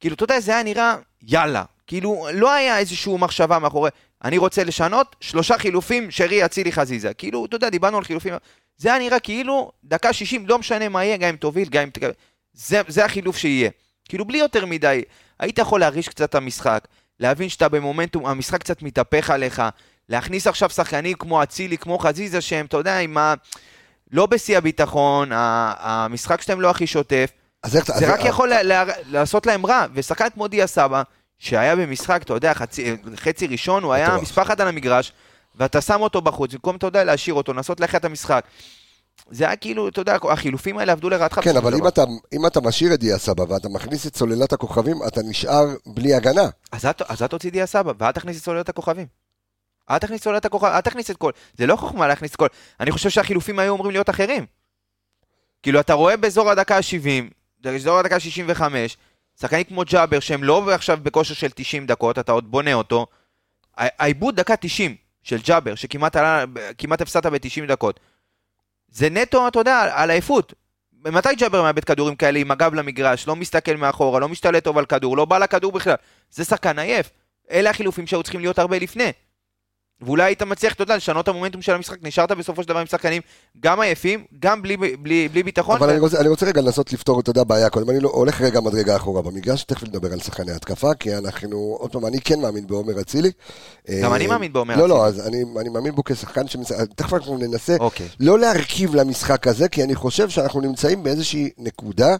D: כאילו, אתה יודע, זה היה נראה, יאללה. כאילו, לא היה איזושהי מחשבה מאחורי, אני רוצה לשנות, שלושה חילופים, שרי, אצילי, חזיזה. כאילו, אתה יודע, דיברנו על חילופים, זה היה נראה כאילו, דקה 60, לא משנה מה יהיה, גם אם תוביל, גם אם תקבל. זה, זה החילוף שיהיה. כאילו, בלי יותר מדי. היית יכול להרגיש קצת את המשחק, להבין שאתה במומנטום, המשחק קצת מתהפך עליך, להכניס עכשיו שחקנים כמו אצילי, כמו חזיזה, שהם, אתה יודע, עם ה... לא בשיא הביטחון, ה- המשחק שלהם לא הכי שוטף,
A: אז איך אתה... אז-
D: זה רק יכול לה- לה- לעשות להם רע, ושחקן כמו דיה סבא, שהיה במשחק, אתה יודע, חצי- חצי ראשון, הוא היה
A: מטורף.
D: מספר אחת על המגרש, ואתה שם אותו בחוץ, במקום, אתה יודע, להשאיר אותו, לנסות להכריע את המשחק. זה היה כאילו, אתה יודע, החילופים האלה עבדו לרעתך.
A: כן,
D: בסופו של
A: אבל אם
D: דבר.
A: אתה, אם אתה משאיר את דיה סבא ואתה מכניס את סוללת הכוכבים, אתה נשאר בלי הגנה.
D: אז אל ת- אז אל תוציא דיה סבא, ואל תכניס את סוללת הכוכבים. אל תכניס את סוללת הכוכבים, אל תכניס את כל... זה לא חוכמה להכניס את כל... אני חושב שהחילופים היו אמורים להיות אחרים. כאילו, אתה רואה באזור הדקה ה-70, באזור הדקה ה-65, שחקנים כמו ג'אבר, שהם לא עכשיו בכושר של 90 דקות, אתה עוד בונה אותו. ה- העיבוד דקה 90 של ג'אבר, שכמעט עלה- כמעט הפסדת ב-90 דקות, זה נטו, אתה יודע, על- על עייפות. מתי ג'אבר מאבד כדורים כאלה עם הגב למגרש, לא מסתכל מאחורה, לא משתלט טוב על כדור, לא בא לכדור בכלל? זה שחקן עייף. אלה החילופים שהיו צריכים להיות הרבה לפני. ואולי היית מצליח, אתה יודע, לשנות את המומנטום של המשחק, נשארת בסופו של דבר עם שחקנים גם עייפים, גם בלי, בלי, בלי ביטחון.
A: אבל
D: ו-
A: אני רוצה, אני רוצה רגע לנסות לפתור, אתה יודע, בעיה קודם. אני לא, הולך רגע מדרגה אחורה במגרש, תכף נדבר על שחקני התקפה, כי אנחנו, עוד פעם, אני כן מאמין בעומר אצילי.
D: גם
A: אה,
D: אני מאמין בעומר
A: לא, לא, אז אני, אני מאמין בו כשחקן שמשחק, תכף אנחנו ננסה
D: אוקיי.
A: לא להרכיב למשחק הזה, כי אני חושב שאנחנו נמצאים באיזושהי נקודה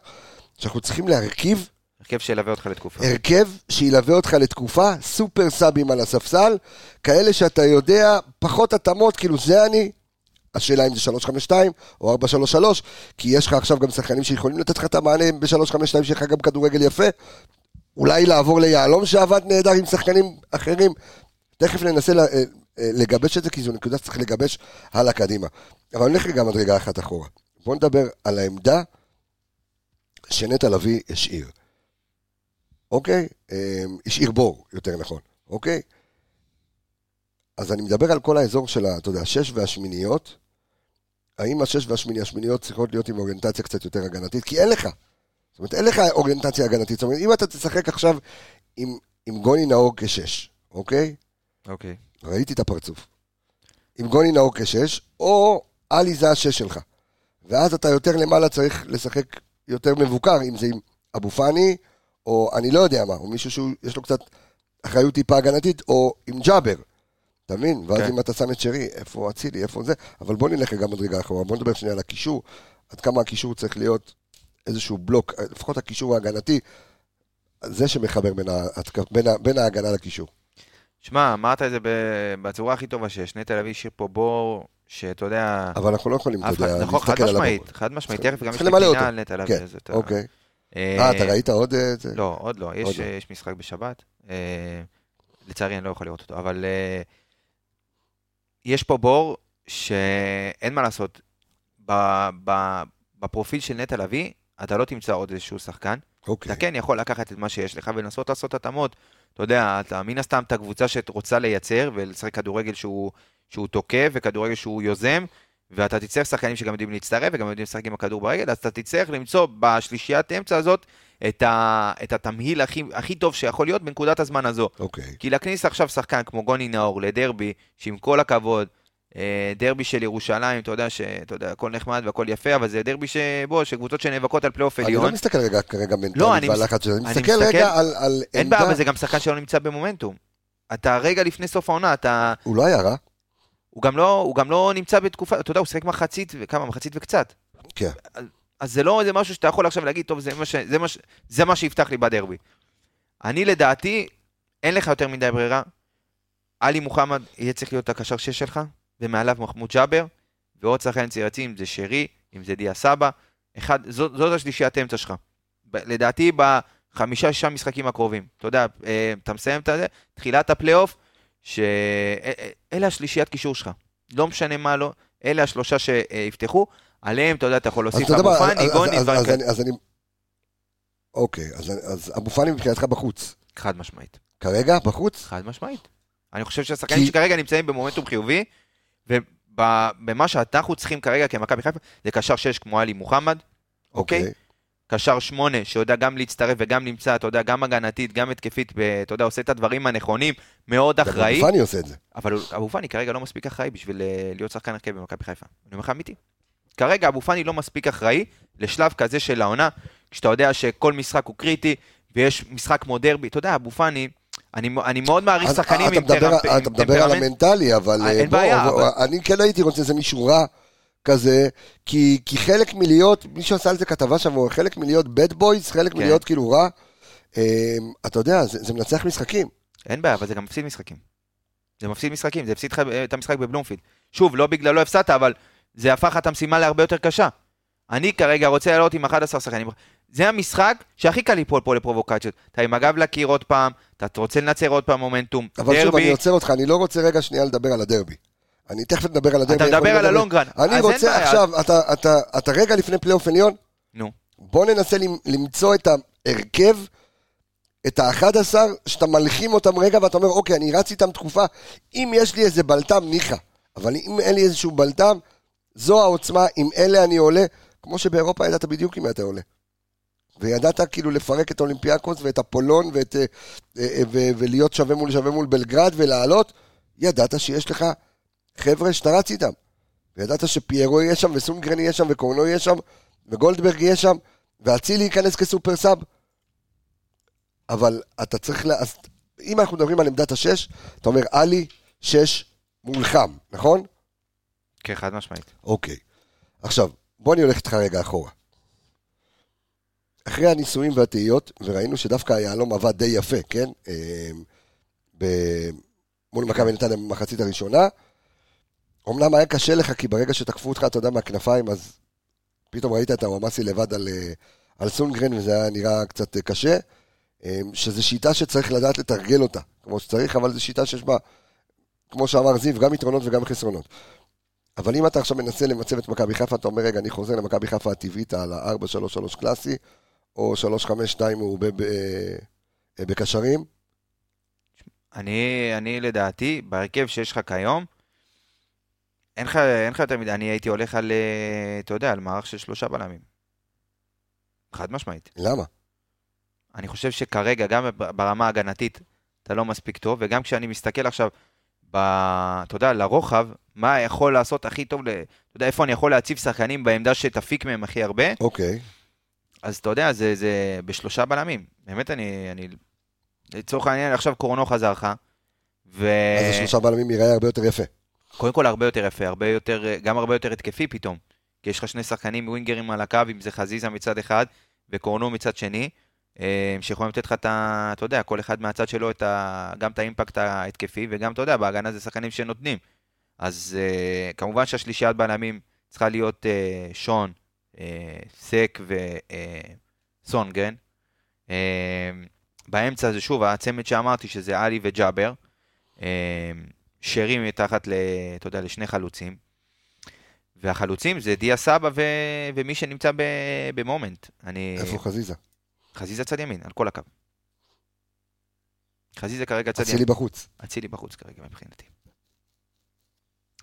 A: שאנחנו צריכים להרכיב
D: הרכב שילווה אותך לתקופה.
A: הרכב שילווה אותך לתקופה, סופר סאבים על הספסל, כאלה שאתה יודע, פחות התאמות, כאילו זה אני. השאלה אם זה 352 או 433, כי יש לך עכשיו גם שחקנים שיכולים לתת לך את המענה ב-352, שיש לך גם כדורגל יפה. אולי לעבור ליהלום שעבד נהדר עם שחקנים אחרים. תכף ננסה ל- אה, אה, לגבש את זה, כי זו נקודה שצריך לגבש הלאה קדימה. אבל נלך רגע מדרגה אחת אחורה. בואו נדבר על העמדה שנטע לביא השאיר. אוקיי? אה, השאיר בור, יותר נכון, אוקיי? אז אני מדבר על כל האזור של, ה- אתה יודע, השש והשמיניות. האם השש והשמיני, השמיניות צריכות להיות עם אוריינטציה קצת יותר הגנתית? כי אין לך. זאת אומרת, אין לך אוריינטציה הגנתית. זאת אומרת, אם אתה תשחק עכשיו עם, עם גוני נאור כשש, אוקיי?
D: אוקיי.
A: ראיתי את הפרצוף. עם גוני נאור כשש, או עלי זה השש שלך. ואז אתה יותר למעלה צריך לשחק יותר מבוקר, אם זה עם אבו פאני, או אני לא יודע מה, או מישהו שיש לו קצת אחריות טיפה הגנתית, או עם ג'אבר. אתה מבין? ואז
D: כן.
A: אם אתה שם את שרי, איפה אצילי, איפה זה, אבל בוא נלך רגע מדרגה אחורה, בוא נדבר שנייה על הקישור, עד כמה הקישור צריך להיות איזשהו בלוק, לפחות הקישור ההגנתי, זה שמחבר בין, ההתק- בין, ה- בין ההגנה לקישור.
D: שמע, אמרת את זה ב- בצורה הכי טובה שיש. נטע לביא השאיר פה בור, שאתה יודע...
A: אבל אנחנו לא יכולים, אתה
D: אף
A: יודע,
D: אחד- נכון, חד
A: להסתכל על הבמה.
D: משמעית, חד משמעית,
A: צריך-
D: תכף גם יש
A: צריך למלא
D: לי פינה
A: אותו.
D: על נטע לביא.
A: כן,
D: אז אתה-
A: אוקיי. אה, אתה ראית עוד אה, את זה?
D: לא, עוד לא.
A: עוד
D: יש,
A: לא.
D: אה, יש משחק בשבת. אה, לצערי אני לא יכול לראות אותו, אבל אה, יש פה בור שאין מה לעשות. ב- ב- בפרופיל של נטע לביא, אתה לא תמצא עוד איזשהו שחקן.
A: אוקיי.
D: אתה כן יכול לקחת את מה שיש לך ולנסות לעשות התאמות. אתה יודע, אתה מן הסתם את הקבוצה שרוצה לייצר ולשחק כדורגל שהוא, שהוא תוקף וכדורגל שהוא יוזם, ואתה תצטרך שחקנים שגם יודעים להצטרף וגם יודעים לשחק עם הכדור ברגל, אז אתה תצטרך למצוא בשלישיית אמצע הזאת את, ה, את התמהיל הכי, הכי טוב שיכול להיות בנקודת הזמן הזו.
A: אוקיי.
D: כי להכניס עכשיו שחקן כמו גוני נאור לדרבי, שעם כל הכבוד, אה, דרבי של ירושלים, אתה יודע, ש, אתה יודע, הכל נחמד והכל יפה, אבל זה דרבי שבו, שקבוצות שנאבקות על פלייאוף
A: אני
D: עליון.
A: לא מסתכל רגע כרגע
D: לא, אני
A: מנטלית והלחץ שלו, אני
D: אני
A: מסתכל
D: מסתכל-
A: רגע על- על
D: אין בעיה,
A: עמדה,
D: אבל זה גם שחקן שלא נמצא במומנטום. אתה רגע לפני סוף העונה, אתה...
A: הוא לא היה רע.
D: הוא גם לא, הוא גם לא נמצא בתקופה, אתה יודע, הוא שיחק מחצית, וכמה? מחצית וקצת.
A: כן.
D: אז זה לא איזה משהו שאתה יכול עכשיו להגיד, טוב, זה מה, ש... זה מה, ש... זה מה שיפתח לי בדרבי. אני לדעתי, אין לך יותר מדי ברירה. עלי מוחמד יהיה צריך להיות הקשר שש שלך, ומעליו מחמוד ג'אבר, ועוד שחקן יצירתי, אם זה שרי, אם זה דיה סבא. אחד, זאת, זאת השלישיית אמצע שלך. ב- לדעתי, בחמישה-שישה משחקים הקרובים. אתה יודע, אה, אתה מסיים את זה, תחילת הפלייאוף, אה, שאלה השלישיית קישור שלך. לא משנה מה לא, אלה השלושה שיפתחו. עליהם, אתה יודע, אתה יכול
A: אז
D: להוסיף
A: אתה יודע
D: אבו
A: מה,
D: פאני,
A: אז-
D: גוני,
A: אז-
D: דברים
A: אז
D: כאלה.
A: אני- אז אני... אוקיי, אז- אז אבו פאני מבחינתך בחוץ.
D: חד משמעית.
A: כרגע, בחוץ?
D: חד משמעית. אני חושב שהשחקנים
A: כי-
D: שכרגע נמצאים במומנטום חיובי, ובמה שאנחנו צריכים כרגע כמכבי חיפה, זה קשר 6 כמו עלי מוחמד, אוקיי? קשר 8 שיודע גם להצטרף וגם נמצא, אתה יודע, גם הגנתית, גם התקפית, ב- אתה יודע, עושה את הדברים הנכונים, מאוד
A: גם
D: אחראי,
A: אבו פאני עושה את זה.
D: אבל הוא- אבו פאני כרגע לא מספיק אחראי בשביל אה, להיות שחקן הרכב במכבי חיפה. אני אומר לך אמיתי. כרגע אבו פאני לא מספיק אחראי לשלב כזה של העונה, כשאתה יודע שכל משחק הוא קריטי, ויש משחק כמו דרבי, אתה יודע, אבו פאני, אני, אני מאוד מעריך
A: אז
D: שחקנים
A: אה, אתה
D: עם,
A: מדבר-
D: טרמפ- עם
A: אתה מדבר על המנטלי, אבל...
D: אה, אין
A: בוא,
D: בעיה,
A: בוא,
D: אבל-
A: אני כן הייתי רוצה איזה מישהו רע כזה, כי כי חלק מלהיות, מישהו עשה על זה כתבה שם, הוא חלק מלהיות bad boys, חלק
D: כן.
A: מלהיות כאילו רע. אה, אתה יודע, זה זה מנצח משחקים.
D: אין בעיה, אבל זה גם מפסיד משחקים. זה מפסיד משחקים, זה הפסיד לך אה, את המשחק בבלומפילד. שוב, לא בגללו הפסדת, אבל זה הפך את המשימה להרבה יותר קשה. אני כרגע רוצה לעלות עם 11 שחקנים. זה המשחק שהכי קל ליפול פה לפרובוקציות. אתה עם הגב לקיר עוד פעם, אתה רוצה לנצר עוד פעם מומנטום.
A: אבל שוב, אני
D: דרבי,
A: עוצר אותך, אני לא רוצה רגע שנייה לדבר על הדרבי. אני תכף נדבר על הדרבי.
D: אתה
A: אנחנו
D: מדבר על
A: נדבר-
D: הלונגרן. אז
A: אני
D: אין
A: רוצה
D: בעיה.
A: עכשיו, אתה- אתה- אתה רגע לפני פלייאוף עליון,
D: נו,
A: בוא ננסה למ- למצוא את ההרכב, את ה-11, שאתה מלחים אותם רגע ואתה אומר, אוקיי, אני רץ איתם תקופה, אם יש לי איזה בלטם, ניחא. אבל אם אין לי איזשהו בלטם, זו העוצמה, עם אלה אני עולה. כמו שבאירופה ידעת בדיוק עם מי אתה עולה. וידעת כאילו לפרק את אולימפיאקוס ואת אפולון ואת, אה, אה, אה, ו- ולהיות שווה מול שווה מול בלגרד ולעלות, ידעת שיש לך חבר'ה שאתה רץ איתם. וידעת שפיירו יהיה שם וסונגרן יהיה שם וקורנו יהיה שם וגולדברג יהיה שם ואצילי ייכנס כסופר סאב. אבל אתה צריך ל... אז אם אנחנו מדברים על עמדת השש, אתה אומר עלי, שש, מולחם, נכון?
D: כן, חד משמעית.
A: אוקיי. עכשיו, בוא אני הולך איתך רגע אחורה. אחרי הניסויים והתהיות, וראינו שדווקא היהלום עבד די יפה, כן? אה, ב... מול מכבי נתניה במחצית הראשונה. אמנם היה קשה לך, כי ברגע שתקפו אותך, אתה יודע, מהכנפיים, אז פתאום ראית את הוואמאסי לבד על, אה, על סונגרן, וזה היה נראה קצת אה, קשה. אה, שזו שיטה שצריך לדעת לתרגל אותה, כמו שצריך, אבל זו שיטה שיש בה, כמו שאמר זיו, גם יתרונות וגם חסרונות. אבל אם אתה עכשיו מנסה למצב את מכבי חיפה, אתה אומר, רגע, אני חוזר למכבי חיפה הטבעית על ה-4-3-3 קלאסי, או 3-5-2 מעובה ב- אה, בקשרים.
D: אני, אני לדעתי, בהרכב שיש לך כיום, אין לך, אין לך יותר מדי, אני הייתי הולך על, אה, אתה יודע, על מערך של שלושה בלמים. חד משמעית.
A: למה?
D: אני חושב שכרגע, גם ב- ברמה ההגנתית, אתה לא מספיק טוב, וגם כשאני מסתכל עכשיו, ב... אתה יודע, לרוחב, מה יכול לעשות הכי טוב, ל... אתה יודע, איפה אני יכול להציב שחקנים בעמדה שתפיק מהם הכי הרבה,
A: אוקיי.
D: אז אתה יודע, זה, זה בשלושה בלמים. באמת, אני... אני... לצורך העניין, עכשיו קורנו חזר לך, ו...
A: אז השלושה בלמים ייראה הרבה יותר יפה.
D: אה, קודם כל הרבה יותר יפה, הרבה יותר, אה, גם הרבה יותר התקפי פתאום. כי יש לך שני שחקנים ווינגרים על הקו, אם זה חזיזה מצד אחד וקורנו מצד שני, אה, שיכולים לתת לך את ה... אתה יודע, כל אחד מהצד שלו את ה, גם את האימפקט ההתקפי, וגם, אתה יודע, בהגנה זה שחקנים שנותנים. אז אה, כמובן שהשלישיית בלמים צריכה להיות אה, שון, אה, סק וסונגרן. אה, באמצע זה שוב הצמד שאמרתי, שזה עלי וג'אבר. אה, שרי מתחת, ל, אתה יודע, לשני חלוצים. והחלוצים זה דיה סבא ו... ומי שנמצא ב... במומנט. אני...
A: איפה חזיזה?
D: חזיזה צד ימין, על כל הקו. חזיזה כרגע צד
A: אצילי
D: ימין.
A: בחוץ.
D: אצילי בחוץ כרגע מבחינתי.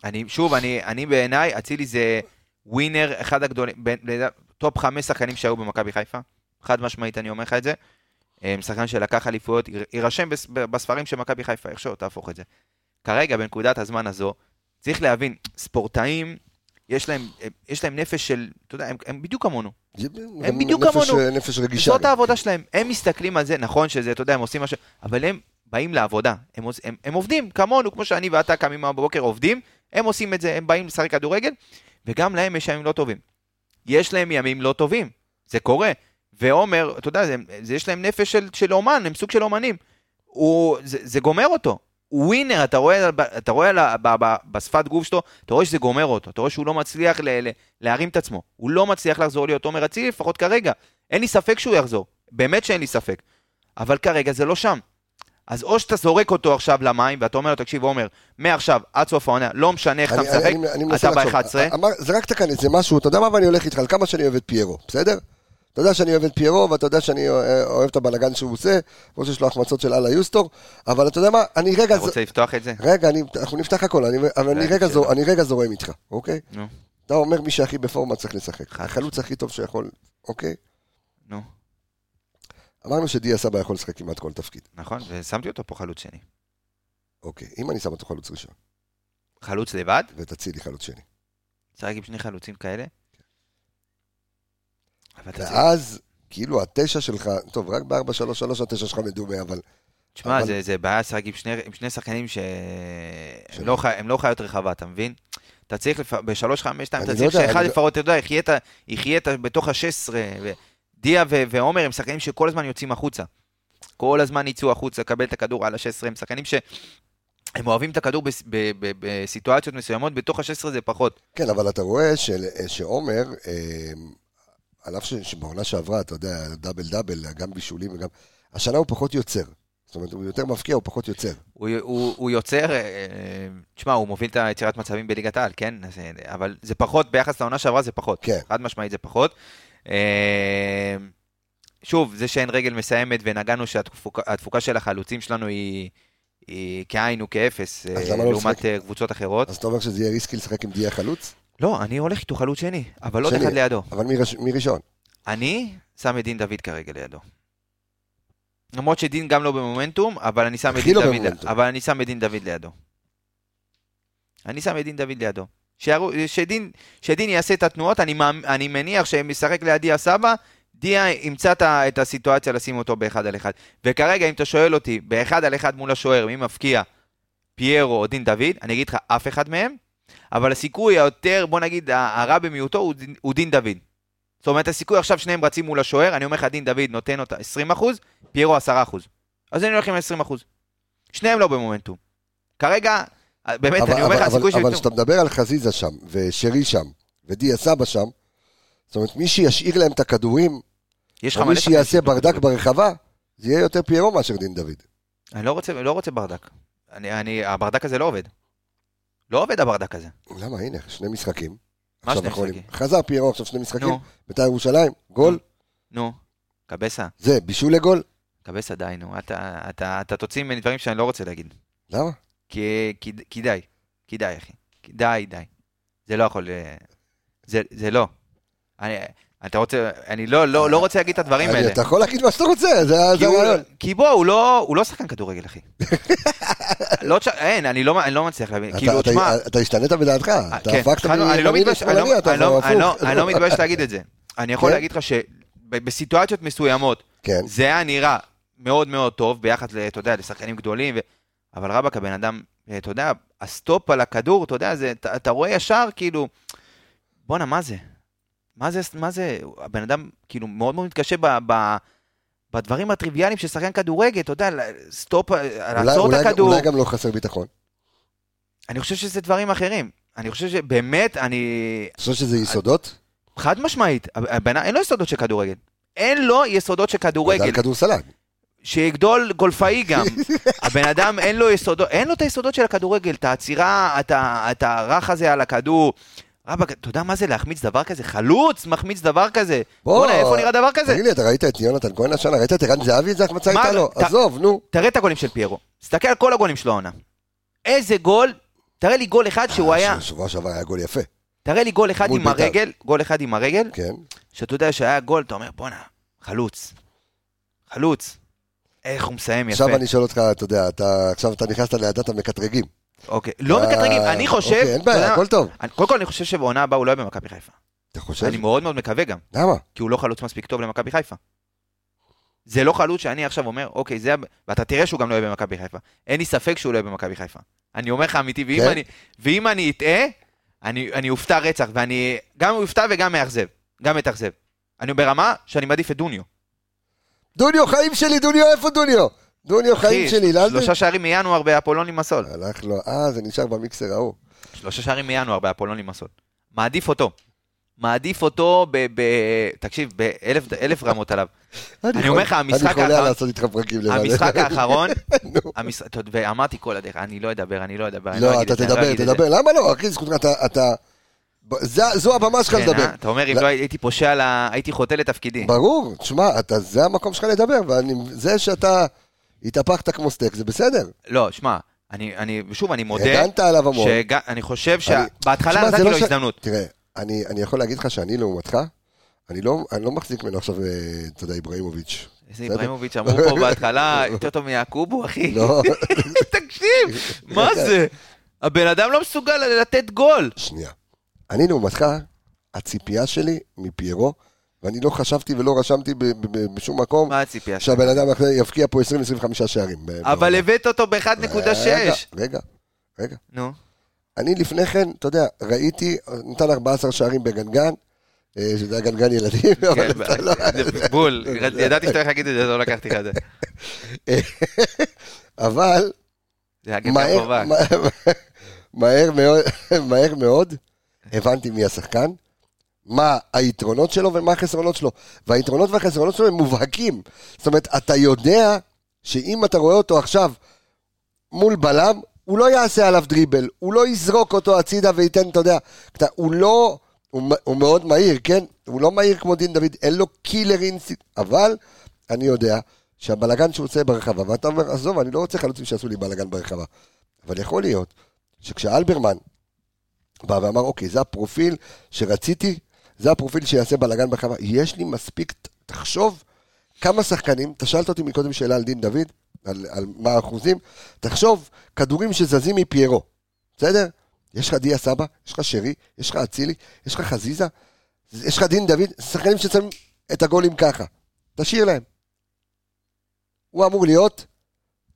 D: אני, שוב, אני, אני בעיניי, אצילי זה ווינר, אחד הגדולים, בין- לדע- טופ חמש שחקנים שהיו במכבי חיפה. חד משמעית, אני אומר לך את זה. אמ, שחקן שלקח אליפויות, יר- יירשם בס- ב- בספרים של מכבי חיפה, איך שלא תהפוך את זה. כרגע, בנקודת הזמן הזו, צריך להבין, ספורטאים, יש להם, יש להם נפש של, אתה יודע, הם, הם בדיוק כמונו.
A: גם
D: בדיוק
A: נפש-
D: כמונו.
A: נפש רגישה.
D: זאת
A: גם.
D: העבודה שלהם, הם מסתכלים על זה, נכון שזה, אתה יודע, הם עושים משהו, אבל הם באים לעבודה, הם, עוש- הם, הם עובדים כמונו, כמו שאני ואתה קמים בבוקר עובדים, הם עושים את זה, הם באים לשחק כדורגל, וגם להם יש ימים לא טובים. יש להם ימים לא טובים, זה קורה. ועומר, אתה יודע, זה, זה יש להם נפש של, של אומן, הם סוג של אומנים. הוא, זה, זה גומר אותו. הוא ווינר, אתה רואה, אתה רואה על ה- ב, ב, בשפת גוף שלו, אתה רואה שזה גומר אותו, אתה רואה שהוא לא מצליח ל, ל, להרים את עצמו. הוא לא מצליח לחזור להיות עומר אצילי, לפחות כרגע. אין לי ספק שהוא יחזור, באמת שאין לי ספק. אבל כרגע זה לא שם. אז או שאתה זורק אותו עכשיו למים, ואתה אומר לו, תקשיב, עומר, מעכשיו עד סוף העונה, לא משנה איך אתה
A: אני- אני-
D: משחק,
A: אני- אני מנסה
D: אתה
A: לחשוב. אה,
D: ב-11.
A: אמר- זרקת כאן איזה משהו, אתה יודע מה, ואני הולך איתך, על כמה שאני אוהב את פיירו, בסדר? אתה יודע שאני אוהב את פיירו, ואתה יודע שאני אה, אוהב את הבלגן שהוא עושה, כמו שיש לו החמצות של אללה יוסטור, אבל אתה יודע מה, אני רגע...
D: אתה רוצה לפתוח את זה?
A: רגע, אני, אנחנו נפתח הכל, אני, אבל אני
D: רגע,
A: רגע, זור,
D: שאלה.
A: אני רגע זורם איתך, אוקיי?
D: נו,
A: אתה אומר מי שהכי בפורמה צריך לשחק.
D: חד
A: החלוץ הכי טוב שיכול, אוקיי?
D: נו,
A: אמרנו שדיה סבא יכול לשחק כמעט כל תפקיד.
D: נכון, ושמתי אותו פה חלוץ שני.
A: אוקיי, אם אני שם אותו חלוץ ראשון,
D: חלוץ לבד?
A: ותצילי חלוץ שני.
D: צריך עם שני חלוצים כאלה? אבל אתה צריך-
A: ואז, כאילו התשע שלך, טוב, רק ב-4-3-3 התשע שלך מדומה, אבל...
D: תשמע,
A: אבל-
D: זה, זה בעיה לשחק עם שני, עם שני שחקנים שהם
A: שלא.
D: לא, חי- הם לא חיות רחבה, אתה מבין? אתה צריך, לפ... ב-3-5-2
A: אני
D: אתה
A: לא
D: צריך
A: יודע,
D: שאחד
A: אני לא-
D: לפחות, אתה יודע, יחיה את ה- יחיה את ה- בתוך ה-16, ו... דיה ו- ועומר הם שחקנים שכל הזמן יוצאים החוצה. כל הזמן יצאו החוצה, לקבל את הכדור על ה-16, הם שחקנים ש... הם אוהבים את הכדור בס- ב- ב- בסיטואציות מסוימות, בתוך ה-16 זה פחות.
A: כן, אבל אתה רואה של- שעומר, אה, על אף ש- שבעונה שעברה, אתה יודע, דאבל דאבל, גם בישולים וגם... השנה הוא פחות יוצר. זאת אומרת, הוא יותר מבקיע, הוא פחות יוצר.
D: הוא, הוא, הוא יוצר, אה, אה, תשמע, הוא מוביל את היצירת מצבים בליגת העל, כן? אז, אה, אבל זה פחות, ביחס לעונה שעברה זה פחות.
A: כן.
D: חד משמעית זה פחות. אה, שוב, זה שאין רגל מסיימת ונגענו שהתפוקה התפוקה של החלוצים שלנו היא, היא כאין וכאפס, אה,
A: למה לא
D: לעומת
A: לשחק?
D: אה, קבוצות אחרות.
A: אז אתה אומר שזה יהיה ריסקי לשחק עם דיה חלוץ?
D: לא, אני הולך איתו חלוץ שני, אבל עוד
A: שני.
D: אחד לידו.
A: אבל מי רש- מי ראשון?
D: אני שם את דין דוד כרגע לידו. למרות שדין גם לא במומנטום, אבל אני שם את
A: הכי
D: דין
A: לא
D: דוד,
A: במומנטום.
D: אבל אני שם את דין דוד לידו. אני שם את דין דוד לידו. שירו, שדין, שדין יעשה את התנועות, אני, מאמ- אני מניח שהם ישחק ליד דיה סבא, דיה ימצא את ה- את הסיטואציה לשים אותו באחד על אחד. וכרגע, אם אתה שואל אותי, באחד על אחד מול השוער, מי מפקיע, פיירו או דין דוד, אני אגיד לך אף אחד מהם, אבל הסיכוי היותר, בוא נגיד, ה- הרע במיעוטו הוא, דין- הוא דין דוד. זאת אומרת, הסיכוי עכשיו שניהם רצים מול השוער, אני אומר לך, דין דוד נותן אותה 20%, פיירו 10%. אז אני הולך עם 20%. שניהם לא במומנטום. כרגע, אה, באמת,
A: אבל-
D: אני אומר לך,
A: אבל-
D: הסיכוי
A: אבל- אבל
D: שהם...
A: כשאתה מדבר על חזיזה שם, ושרי שם, ודיה סבא שם, זאת אומרת, מי שישאיר להם את הכדורים,
D: יש לך
A: או
D: מלא
A: מי
D: שחקנים
A: שיעשה
D: שיפתחו
A: ברדק
D: את
A: ברחבה, זה יהיה יותר פיירו מאשר דין דוד.
D: אני לא רוצה, לא רוצה ברדק. אני, אני, הברדק הזה לא עובד. לא עובד הברדק הזה.
A: למה, הנה, שני משחקים.
D: מה
A: עכשיו
D: שני
A: אחרונים.
D: משחקים?
A: חזר פיירו עכשיו שני משחקים,
D: נו,
A: בית"ר ירושלים, גול,
D: נו, קבסה,
A: זה, בישול לגול.
D: קבסה די, נו. אתה, אתה, אתה תוציא ממני דברים שאני לא רוצה להגיד.
A: למה?
D: כי, כי, כי די, כי די, אחי. כי די, די. זה לא יכול... אה, זה, זה לא. אני, אתה רוצה, אני לא, לא, לא רוצה להגיד את הדברים
A: אני-
D: האלה. כאילו
A: אתה יכול להגיד מה שאתה רוצה, זה
D: כי
A: זה
D: הוא-
A: הרעיון.
D: כי בוא, הוא לא, הוא לא שחקן כדורגל,
A: [LAUGHS]
D: אחי. לא, תש- אין, אני לא, אני לא מצליח להבין.
A: אתה-
D: כאילו,
A: אתה-
D: תשמע,
A: אתה השתנית בדעתך, אתה
D: כן,
A: הפקת
D: חנו, אני לא
A: מימני
D: מתבייש- אני
A: לשמאלני,
D: לא-
A: אתה
D: אני לא-
A: הפוך.
D: אני לא- אני לא מתבייש להגיד את זה. אני יכול
A: כן?
D: להגיד לך שבסיטואציות מסוימות
A: כן,
D: זה היה נראה מאוד מאוד טוב ביחד, ל- אתה יודע, לשחקנים גדולים, ו- אבל רבאק הבן אדם, אה, אתה יודע, הסטופ על הכדור, אתה יודע, זה- אתה אתה רואה ישר כאילו, בואנה, מה זה? מה זה, מה זה, הבן אדם כאילו מאוד מאוד מתקשה ב... ב בדברים הטריוויאליים של שחקן כדורגל, אתה יודע, ל- סטופ, אה,
A: אולי-
D: לעצור את
A: אולי-
D: הכדור.
A: אולי גם לא חסר ביטחון.
D: אני חושב שזה דברים אחרים. אני חושב שבאמת, אני,
A: אתה חושב שזה יסודות?
D: חד משמעית, הבן, אין לו יסודות של כדורגל. אין לו יסודות של
A: הוא גדל
D: כדורגל,
A: כדורסלן.
D: שיגדול גולפאי גם.
A: [LAUGHS]
D: הבן אדם אין לו יסודות, אין לו את היסודות של הכדורגל, את העצירה, את, ה- את הרך הזה על הכדור. רבאק, אתה יודע מה זה להחמיץ דבר כזה? חלוץ מחמיץ דבר כזה.
A: בוא,
D: בוא'נה, איפה נראה דבר כזה?
A: תגיד לי, אתה ראית את יונתן כהן השנה? ראית את ערן זהבי? איזה החמצה
D: מה-
A: הייתה לו?
D: ת-
A: עזוב, נו.
D: תראה את הגולים של פיירו. תסתכל על כל הגולים שלו העונה. איזה גול, תראה לי גול אחד שהוא היה,
A: שבוע שעבר היה גול יפה,
D: תראה לי גול אחד
A: אה, מול
D: עם
A: בית"ר.
D: הרגל, גול אחד עם הרגל,
A: כן.
D: שאתה יודע שהיה גול, אתה אומר, בואנה, חלוץ. חלוץ. איך הוא מסיים יפה.
A: עכשיו אני שואל אותך, אתה יודע, אתה- עכשיו אתה נכנסת לעדת המקטרגים.
D: אוקיי. לא מקטרגים,
A: אה,
D: אני חושב...
A: אוקיי, אין
D: אתה יודע
A: בעיה,
D: מה?
A: הכל טוב.
D: אני- קודם כל, אני חושב שבעונה הבאה הוא לא יהיה במכבי חיפה.
A: אתה חושב?
D: אני מאוד מאוד מקווה גם,
A: למה?
D: כי הוא לא חלוץ מספיק טוב למכבי חיפה. זה לא חלוץ שאני עכשיו אומר, אוקיי, זה... הב- ואתה תראה שהוא גם לא יהיה במכבי חיפה. אין לי ספק שהוא לא יהיה במכבי חיפה. אני אומר לך אמיתי, ואם
A: כן?
D: אני- ואם אני אטעה, אני אני אופתע רצח, ואני גם אופתע וגם מאכזב. גם אתאכזב. אני ברמה שאני מעדיף את דוניו.
A: דוניו, חיים שלי, דוניו, איפה דוניו? דוניו, חיים
D: אחי,
A: שלי, לאן זה?
D: שלושה שערים מינואר באפולון עם הסול.
A: הלך לו, אה, זה נשאר במיקסר ההוא.
D: שלושה שערים מינואר באפולון עם הסול. מעדיף אותו.
A: האחרון... אני חולה
D: האחרון-
A: לעשות איתך פרקים לבד. [LAUGHS]
D: המשחק האחרון,
A: נו.
D: המש... אתה יודע, ואמרתי כל הדרך, אני לא אדבר, אני לא אדבר, אני
A: לא,
D: אגיד
A: אתה
D: את זה, אני
A: תדבר,
D: אגיד את זה.
A: תדבר. למה לא, אחי, זכותך, אתה- אתה... ב- זה- זו הבמה שלך
D: כן,
A: לדבר.
D: אה? אתה אומר, אם
A: לא-
D: לא הייתי פושע, ל- הייתי חוטא לתפקידי.
A: ברור, תשמע, אתה- זה המקום שלך לדבר, וזה שאתה התהפכת כמו סטייק, זה בסדר.
D: לא, שמע, אני, אני, ושוב, אני מודה,
A: הגנת עליו המון.
D: שגם- אני חושב
A: אני-
D: שבהתחלה
A: תשמע, זה
D: נתתי
A: לא
D: לו
A: ש-
D: הזדמנות.
A: תראה, אני, אני יכול להגיד לך שאני לעומתך, אני לא, אני לא מחזיק ממנו עכשיו, אה, אתה יודע, איבראימוביץ'.
D: איזה
A: בסדר? [LAUGHS]
D: איברהימוביץ' אמרו פה בהתחלה, יותר טוב מיעקובו, אחי.
A: לא,
D: [LAUGHS] תקשיב, מה זה? הבן אדם לא מסוגל לתת גול.
A: שנייה. אני לעומתך, הציפייה שלי מפיירו, ואני לא חשבתי ולא רשמתי ב- ב- ב- בשום מקום
D: מה הציפייה שלך?
A: שהבן אדם אחרי יבקיע פה 20-25 שערים. ב-
D: אבל
A: בעונה.
D: הבאת אותו ב-1.6.
A: רגע, רגע, רגע.
D: נו,
A: אני לפני כן, אתה יודע, ראיתי, נתן 14 שערים בגנגן, אה, שזה היה גנגן ילדים,
D: כן,
A: אבל אתה לא...
D: זה בול, ידעתי שאתה הולך להגיד את זה, אז לא לקחתי לך את זה.
A: אבל
D: זה היה גמר
A: מהר,
D: חובה.
A: מה- מהר מאוד, מהר מאוד הבנתי מי השחקן, מה היתרונות שלו ומה החסרונות שלו. והיתרונות והחסרונות שלו הם מובהקים. זאת אומרת, אתה יודע שאם אתה רואה אותו עכשיו מול בלם, הוא לא יעשה עליו דריבל, הוא לא יזרוק אותו הצידה וייתן, אתה יודע, אתה, הוא לא, הוא, מ- הוא מאוד מהיר, כן? הוא לא מהיר כמו דין דוד, אין לו קילר אינסטינקט, אבל אני יודע שהבלגן שהוא עושה ברחבה, ואתה אומר, עזוב, אני לא רוצה חלוצים שיעשו לי בלגן ברחבה. אבל יכול להיות שכשאלברמן בא ואמר, אוקיי, זה הפרופיל שרציתי, זה הפרופיל שיעשה בלאגן בחווה. יש לי מספיק, ת- תחשוב כמה שחקנים, אתה שאלת אותי מקודם שאלה על דין דוד, על, על מה האחוזים, תחשוב, כדורים שזזים מפיירו, בסדר? יש לך דיה סבא, יש לך שרי, יש לך אצילי, יש לך חזיזה, יש לך דין דוד, שחקנים ששמים את הגולים ככה. תשאיר להם. הוא אמור להיות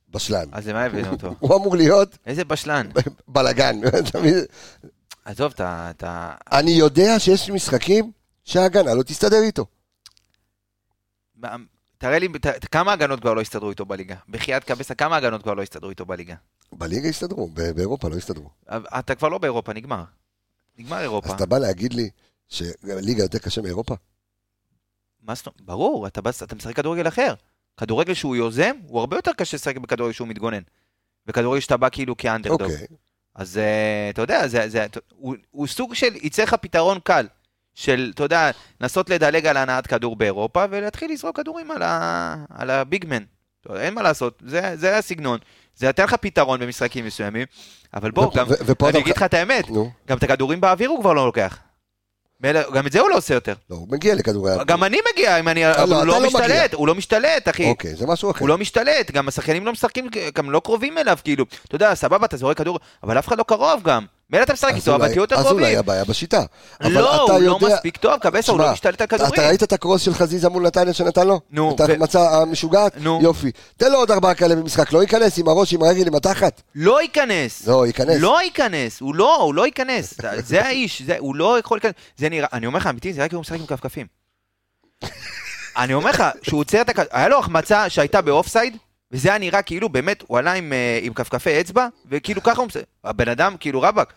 A: בשלן.
D: אז למה הבאנו
A: [LAUGHS]
D: אותו?
A: הוא אמור להיות
D: איזה בשלן.
A: בלאגן. [LAUGHS]
D: עזוב, אתה- אתה...
A: אני יודע שיש משחקים שההגנה לא תסתדר איתו.
D: תראה לי ת- כמה הגנות כבר לא הסתדרו איתו בליגה. בחייאת קבסה, כמה הגנות כבר לא הסתדרו איתו בליגה.
A: בליגה הסתדרו, ב- באירופה לא הסתדרו.
D: אבל אתה כבר לא באירופה, נגמר. נגמר אירופה.
A: אז אתה בא להגיד לי שליגה יותר קשה מאירופה?
D: מה זאת אומרת? ברור, אתה, בס... אתה משחק כדורגל אחר. כדורגל שהוא יוזם, הוא הרבה יותר קשה לשחק בכדורגל שהוא מתגונן. וכדורגל שאתה בא כאילו כאנדרדוג.
A: אוקיי.
D: אז אה, אתה יודע, זה, זה, אתה- הוא, הוא סוג של, יצא לך פתרון קל. של, אתה יודע, לנסות לדלג על הנעת כדור באירופה ולהתחיל לזרוק כדורים על, ה, על הביגמן. אתה יודע, אין מה לעשות, זה, זה הסגנון. זה נותן לך פתרון במשחקים מסוימים, אבל בוא,
A: ו-
D: גם,
A: נכון, ו- ופה
D: אני
A: אתה-
D: אגיד לך את האמת,
A: נו,
D: גם את הכדורים באוויר הוא כבר לא לוקח. מאלה- גם את זה הוא לא עושה יותר.
A: לא, הוא מגיע לכדורי האוויר.
D: גם אני מגיע, אם אני... אבל
A: אה. לא,
D: הוא
A: אתה
D: לא
A: לא מגיע.
D: משתלט, הוא לא משתלט, אחי.
A: אוקיי, זה משהו אחר.
D: הוא לא משתלט, גם השחקנים לא משחקים, גם לא קרובים אליו, כאילו. אתה יודע, סבבה, אתה זורק כדור, אבל אף אחד לא קרוב גם. מילא אתה משחק
A: אז
D: איתו, אבל
A: אולי-
D: תהיו יותר
A: אז אולי
D: קרובים.
A: הבעיה בשיטה. אבל
D: לא,
A: אתה
D: הוא לא
A: יודע-
D: מספיק טוב, קבסה, הוא
A: תשמע,
D: לא משתלט על כדורים.
A: אתה ראית את הקרוס של חזיזה מול נתניה שנתן לו?
D: נו,
A: את ההחמצה המשוגעת?
D: נו.
A: יופי. תן לו עוד ארבעה כאלה במשחק, לא ייכנס עם הראש, עם הרגל, עם התחת.
D: לא ייכנס.
A: לא, ייכנס.
D: לא ייכנס, הוא לא, הוא לא ייכנס. [LAUGHS] זה האיש, זה- הוא לא יכול להיכנס. זה נראה, אני אומר לך, אמיתי, זה רק כי הוא משחק עם כפכפים. [LAUGHS] אני אומר לך, שהוא עוצר את הכ... היה לו החמצה שהייתה באופסייד, וזה היה נראה כאילו, באמת, הוא עלה עם, אה, עם כפכפי אצבע, וכאילו ככה הוא מס... הבן אדם, כאילו, רבאק.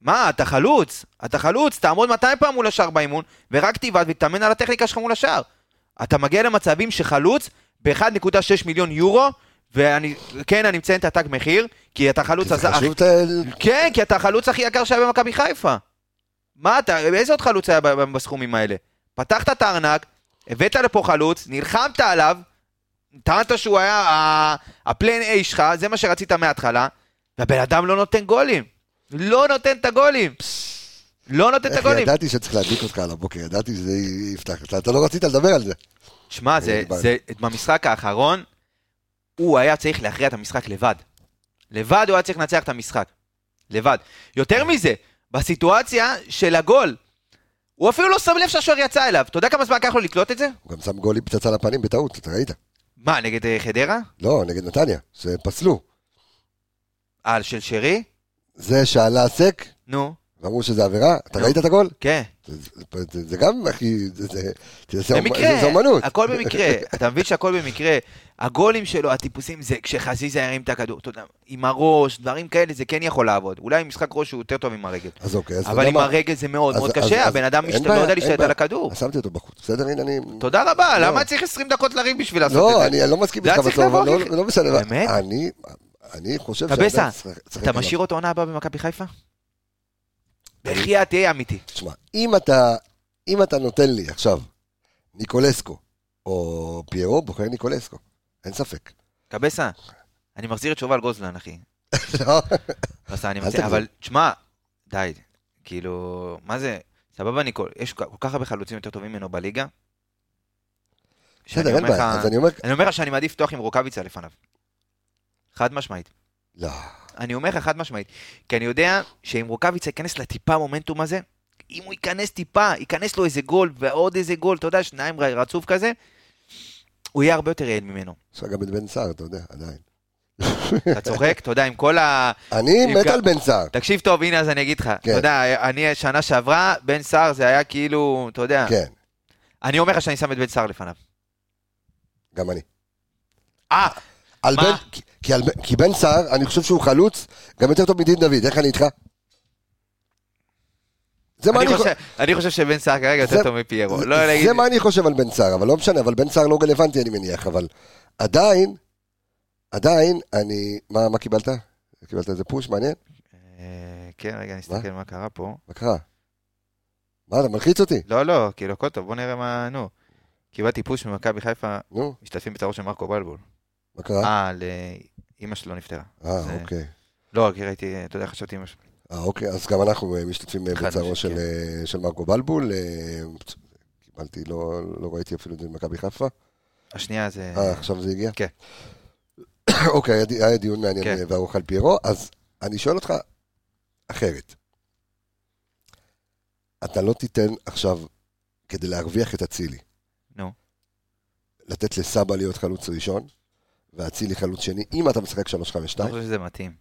D: מה, אתה חלוץ, אתה חלוץ, תעמוד 200 פעם מול השער באימון, ורק תבעט ותתאמן על הטכניקה שלך מול השער. אתה מגיע למצבים שחלוץ ב-1.6 מיליון יורו, ואני, כן, אני מציין את התג מחיר, כי אתה חלוץ...
A: זה
D: הז- הכי-
A: חשוב ת-
D: כן, כי אתה החלוץ הכי יקר שהיה במכבי חיפה. מה אתה, איזה עוד חלוץ היה ב- בסכומים האלה? פתחת את הארנק, הבאת לפה חלוץ, נלחמת עליו, טענת שהוא היה ה- הפלן A שלך, זה מה שרצית מההתחלה, והבן אדם לא נותן גולים. לא נותן את הגולים. לא נותן את
A: איך
D: הגולים.
A: ידעתי שצריך להדליק אותך על הבוקר, ידעתי שזה יפתח לך, אתה לא רצית לדבר על זה.
D: שמע, זה,
A: דיברנו.
D: זה, במשחק האחרון, הוא היה צריך להכריע את המשחק לבד. לבד הוא היה צריך לנצח את המשחק. לבד. יותר מזה, בסיטואציה של הגול, הוא אפילו לא שם לב שהשוער יצא אליו. אתה יודע כמה זמן לקח לו לקלוט את זה?
A: הוא גם שם גול עם פצצה לפנים בטעות, אתה ראית?
D: מה, נגד אה, חדרה?
A: לא, נגד נתניה, שפסלו.
D: על של שרי?
A: זה שעלה סק,
D: נו.
A: ואמרו שזה עבירה? אתה ראית את הגול?
D: כן.
A: זה- זה- זה זה גם הכי... זה- זה- זה- זה-
D: במקרה,
A: זה אומנות.
D: הכל במקרה, אתה מבין שהכל במקרה. הגולים שלו, הטיפוסים, זה כשחזיזה ירים את הכדור, אתה יודע, עם הראש, דברים כאלה, זה כן יכול לעבוד. אולי עם משחק ראש הוא יותר טוב עם הרגל.
A: אז אוקיי, אז אתה
D: אבל
A: יודע
D: עם
A: מה?
D: הרגל זה מאוד
A: אז-
D: מאוד
A: אז-
D: קשה,
A: אז-
D: הבן אדם
A: אין
D: משת- לא
A: בעיה,
D: יודע
A: אין
D: להשתלט
A: בעיה.
D: על הכדור.
A: אז שמתי אותו בחוץ, בסדר? הנה, אני...
D: תודה רבה,
A: לא.
D: למה צריך 20 דקות לריב בשביל לעשות את זה?
A: לא, אני אני לא מסכים
D: זה
A: איתך
D: היה צריך
A: בסוף, אבל
D: לבוא
A: לא-
D: הכי-
A: לא משנה. אבל
D: באמת?
A: אני- אני חושב
D: קבסה,
A: צריך- צריך
D: אתה
A: עליו.
D: משאיר אותו עונה הבאה במכבי חיפה? בחייאת, תהיה אמיתי.
A: תשמע, אם אתה, אם אתה נותן לי עכשיו ניקולסקו, או פיירו, בוחר ניקולסקו, אין ספק.
D: [LAUGHS] קבסה, אני מחזיר את שובל גוזלן, אחי.
A: לא?
D: בסדר, אני
A: אל
D: מציע,
A: תגזים.
D: אבל תשמע, די, כאילו, מה זה, סבבה ניקול, יש כל כל כך הרבה חלוצים יותר טובים ממנו בליגה. שאני
A: בסדר, אין
D: אומר לך-
A: בעיה. אז אני אומר,
D: אני אומר לך שאני מעדיף לפתוח עם רוקאביצה לפניו. חד משמעית.
A: לא,
D: אני אומר לך חד משמעית, כי אני יודע שאם רוקאביצה ייכנס לטיפה המומנטום הזה, אם הוא ייכנס טיפה, ייכנס לו איזה גול ועוד איזה גול, אתה יודע, שניים ר- רצוף כזה, הוא יהיה הרבה יותר יעיל ממנו.
A: יש לך גם את בן סער, אתה יודע, עדיין.
D: אתה צוחק, אתה יודע, עם כל ה...
A: אני
D: אם
A: מת
D: גם-
A: על בן סער.
D: תקשיב טוב, הנה אז אני אגיד לך.
A: כן.
D: אתה יודע, אני שנה שעברה, בן סער זה היה כאילו, אתה יודע,
A: כן,
D: אני אומר לך שאני שם את בן סער לפניו.
A: גם אני.
D: אה,
A: על
D: מה?
A: בן, כי- כי, על, בן- כי בן סער, אני חושב שהוא חלוץ, גם יותר טוב מדין דוד, איך אני איתך? זה מה
D: אני
A: אני חו-
D: חושב- אני חושב שבן סער כרגע יותר
A: זה-
D: טוב מפיירו.
A: זה-
D: לא להגיד...
A: זה מה אני חושב על בן סער, אבל לא משנה, אבל בן סער לא רלוונטי אני מניח, אבל עדיין, עדיין, אני... מה, מה קיבלת? קיבלת איזה פוש מעניין?
D: אה, כן, רגע, נסתכל מה קרה פה.
A: מה קרה? מה, אתה מלחיץ אותי?
D: לא, לא, כאילו, הכל טוב, בוא נראה מה... נו. קיבלתי פוש ממכבי חיפה,
A: נו,
D: משתתפים בצערו של מרקו בלבול.
A: מה קרה?
D: אה, לאימא שלו נפטרה. זה-
A: אה, אוקיי.
D: לא, כי ראיתי, אתה יודע, חשבתי אימא שלו.
A: אה, אוקיי, אז גם אנחנו אה, משתתפים אה,
D: חד
A: בצערו
D: משמעית,
A: של,
D: כן.
A: אה, של מרקו בלבול. אה, קיבלתי, לא, לא ראיתי אפילו את זה במכבי חיפה.
D: השנייה זה...
A: אה, עכשיו זה הגיע?
D: כן.
A: [COUGHS] אוקיי, היה די- היה דיון מעניין
D: כן.
A: אה, וארוך על פיירו, אז אני שואל אותך אחרת. אתה לא תיתן עכשיו, כדי להרוויח את אצילי,
D: נו.
A: לתת לסבא להיות חלוץ ראשון, ואצילי חלוץ שני, אם אתה משחק 3-5-2,
D: לא חושב שזה מתאים.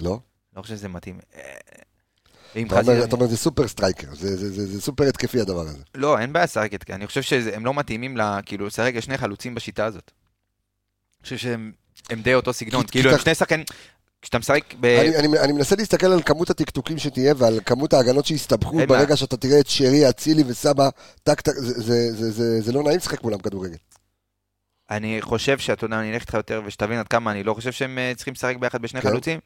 A: לא?
D: לא חושב שזה מתאים. אה, ואם
A: אתה אומר,
D: חזיזה-
A: אתה אומר, זה סופר סטרייקר, זה, זה, זה, זה סופר התקפי הדבר הזה.
D: לא, אין בעיה לשחק את... אני חושב שהם לא מתאימים ל... כאילו, לשחק לשני חלוצים בשיטה הזאת. אני חושב שהם הם די אותו סגנון.
A: כי-
D: כאילו,
A: כי
D: הם
A: אתה-
D: שני שחקנים... כשאתה משחק ב...
A: אני, אני, אני מנסה להסתכל על כמות הטקטוקים שתהיה ועל כמות ההגנות שיסתבכו
D: אין
A: ברגע
D: בעיה.
A: שאתה תראה את שרי, אצילי וסבא, טק טק, זה, זה, זה, זה, זה לא נעים לשחק מולם כדורגל.
D: אני חושב שאתה יודע, אני אלך איתך יותר ושתבין עד כמה אני לא חושב שהם אה, צריכים לשחק ביחד בשני
A: כן.
D: חלוצים.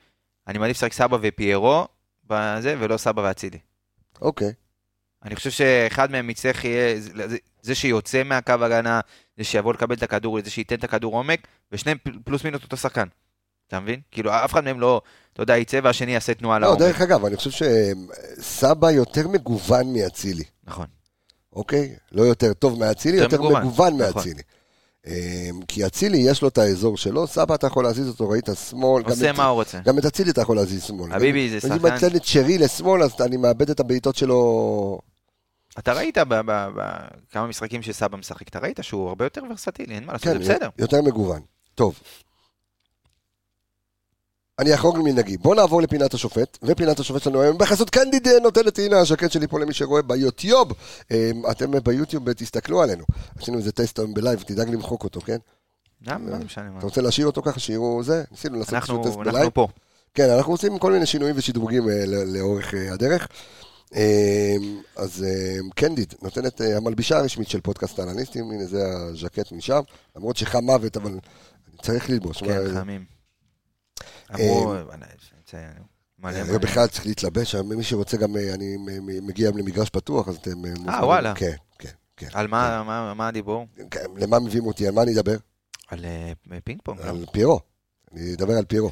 D: אני מעדיף לשחק סבא ופיירו בזה, ולא סבא ואצילי.
A: אוקיי,
D: אני חושב שאחד מהם יצטרך יהיה, זה- זה- זה שיוצא מהקו הגנה, זה שיבוא לקבל את הכדור, זה שייתן את הכדור עומק, ושניהם פל- פלוס מינוס אותו שחקן. אתה מבין? כאילו, אף אחד מהם לא, אתה יודע, יצא והשני יעשה תנועה
A: לא,
D: לעומק.
A: דרך אגב, אני חושב שסבא יותר מגוון מאצילי,
D: נכון.
A: אוקיי? לא יותר טוב מאצילי,
D: יותר
A: יותר
D: מגוון,
A: מגוון
D: נכון.
A: מאצילי. אמ, כי אצילי יש לו את האזור שלו, סבא אתה יכול להזיז אותו, ראית שמאל, גם
D: עושה
A: את-
D: מה הוא רוצה.
A: גם את אצילי אתה יכול להזיז שמאל.
D: חביבי, זה
A: אם
D: שחקן.
A: אני מצד את שרי לשמאל, אז אני מאבד את הבעיטות שלו.
D: אתה ראית בכמה משחקים שסבא משחק, אתה ראית שהוא הרבה יותר ורסטילי, אין מה לעשות, זה
A: כן,
D: בסדר.
A: יותר מגוון. טוב. אני אחרוג ממנהגי. בואו נעבור לפינת השופט, ופינת השופט שלנו היום בחסות קנדיד אה, נותנת הנה השקט שלי פה למי שרואה ביוטיוב. אה, אתם ביוטיוב, אה, תסתכלו עלינו. עשינו איזה טסט היום בלייב, תדאג למחוק אותו, כן?
D: אה. למה? מה זה לא משנה מה?
A: אתה רוצה להשאיר אותו ככה, שיראו זה? ניסינו לעשות
D: אנחנו
A: איזשהו טסט בלייב.
D: אנחנו פה.
A: כן, אנחנו עושים כל מיני שינויים ושדרוגים אה, לא- לאורך אה, הדרך. אה, אז אה, קנדיד נותנת אה, המלבישה הרשמית של פודקאסט האנליסטים, הנה זה הז'קט משם, למרות שחם מוות, אבל אני צריך ללבוש.
D: כן,
A: מה- אה,
D: חמים. אמרו... אני- זה- מלא
A: אה,
D: מלא.
A: בכלל צריך להתלבש, מי שרוצה גם, אה, אני מ- מ- מגיע למגרש פתוח, אז אתם... אה, מוזמנים.
D: וואלה.
A: כן, כן, כן.
D: על מה- מה מה הדיבור?
A: כן, למה מביאים אותי, על מה אני אדבר?
D: על אה, פינג פונג. לא?
A: על פיירו. אני אדבר על פיירו.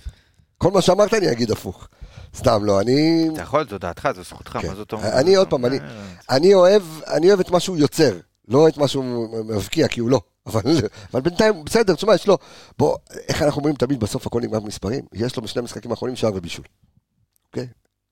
A: כל מה שאמרת אני אגיד הפוך. סתם, לא, אני...
D: אתה יכול, זו דעתך, זו זכותך,
A: כן.
D: מה זאת אומרת?
A: אני עוד פעם, אני- אני אוהב, אני אוהב את מה שהוא יוצר, לא את מה שהוא מבקיע, כי הוא לא. אבל, אבל בינתיים, בסדר, תשמע, יש לו... בוא, איך אנחנו אומרים תמיד, בסוף הכל נגמר במספרים? יש לו בשני המשחקים האחרונים שער ובישול. אוקיי?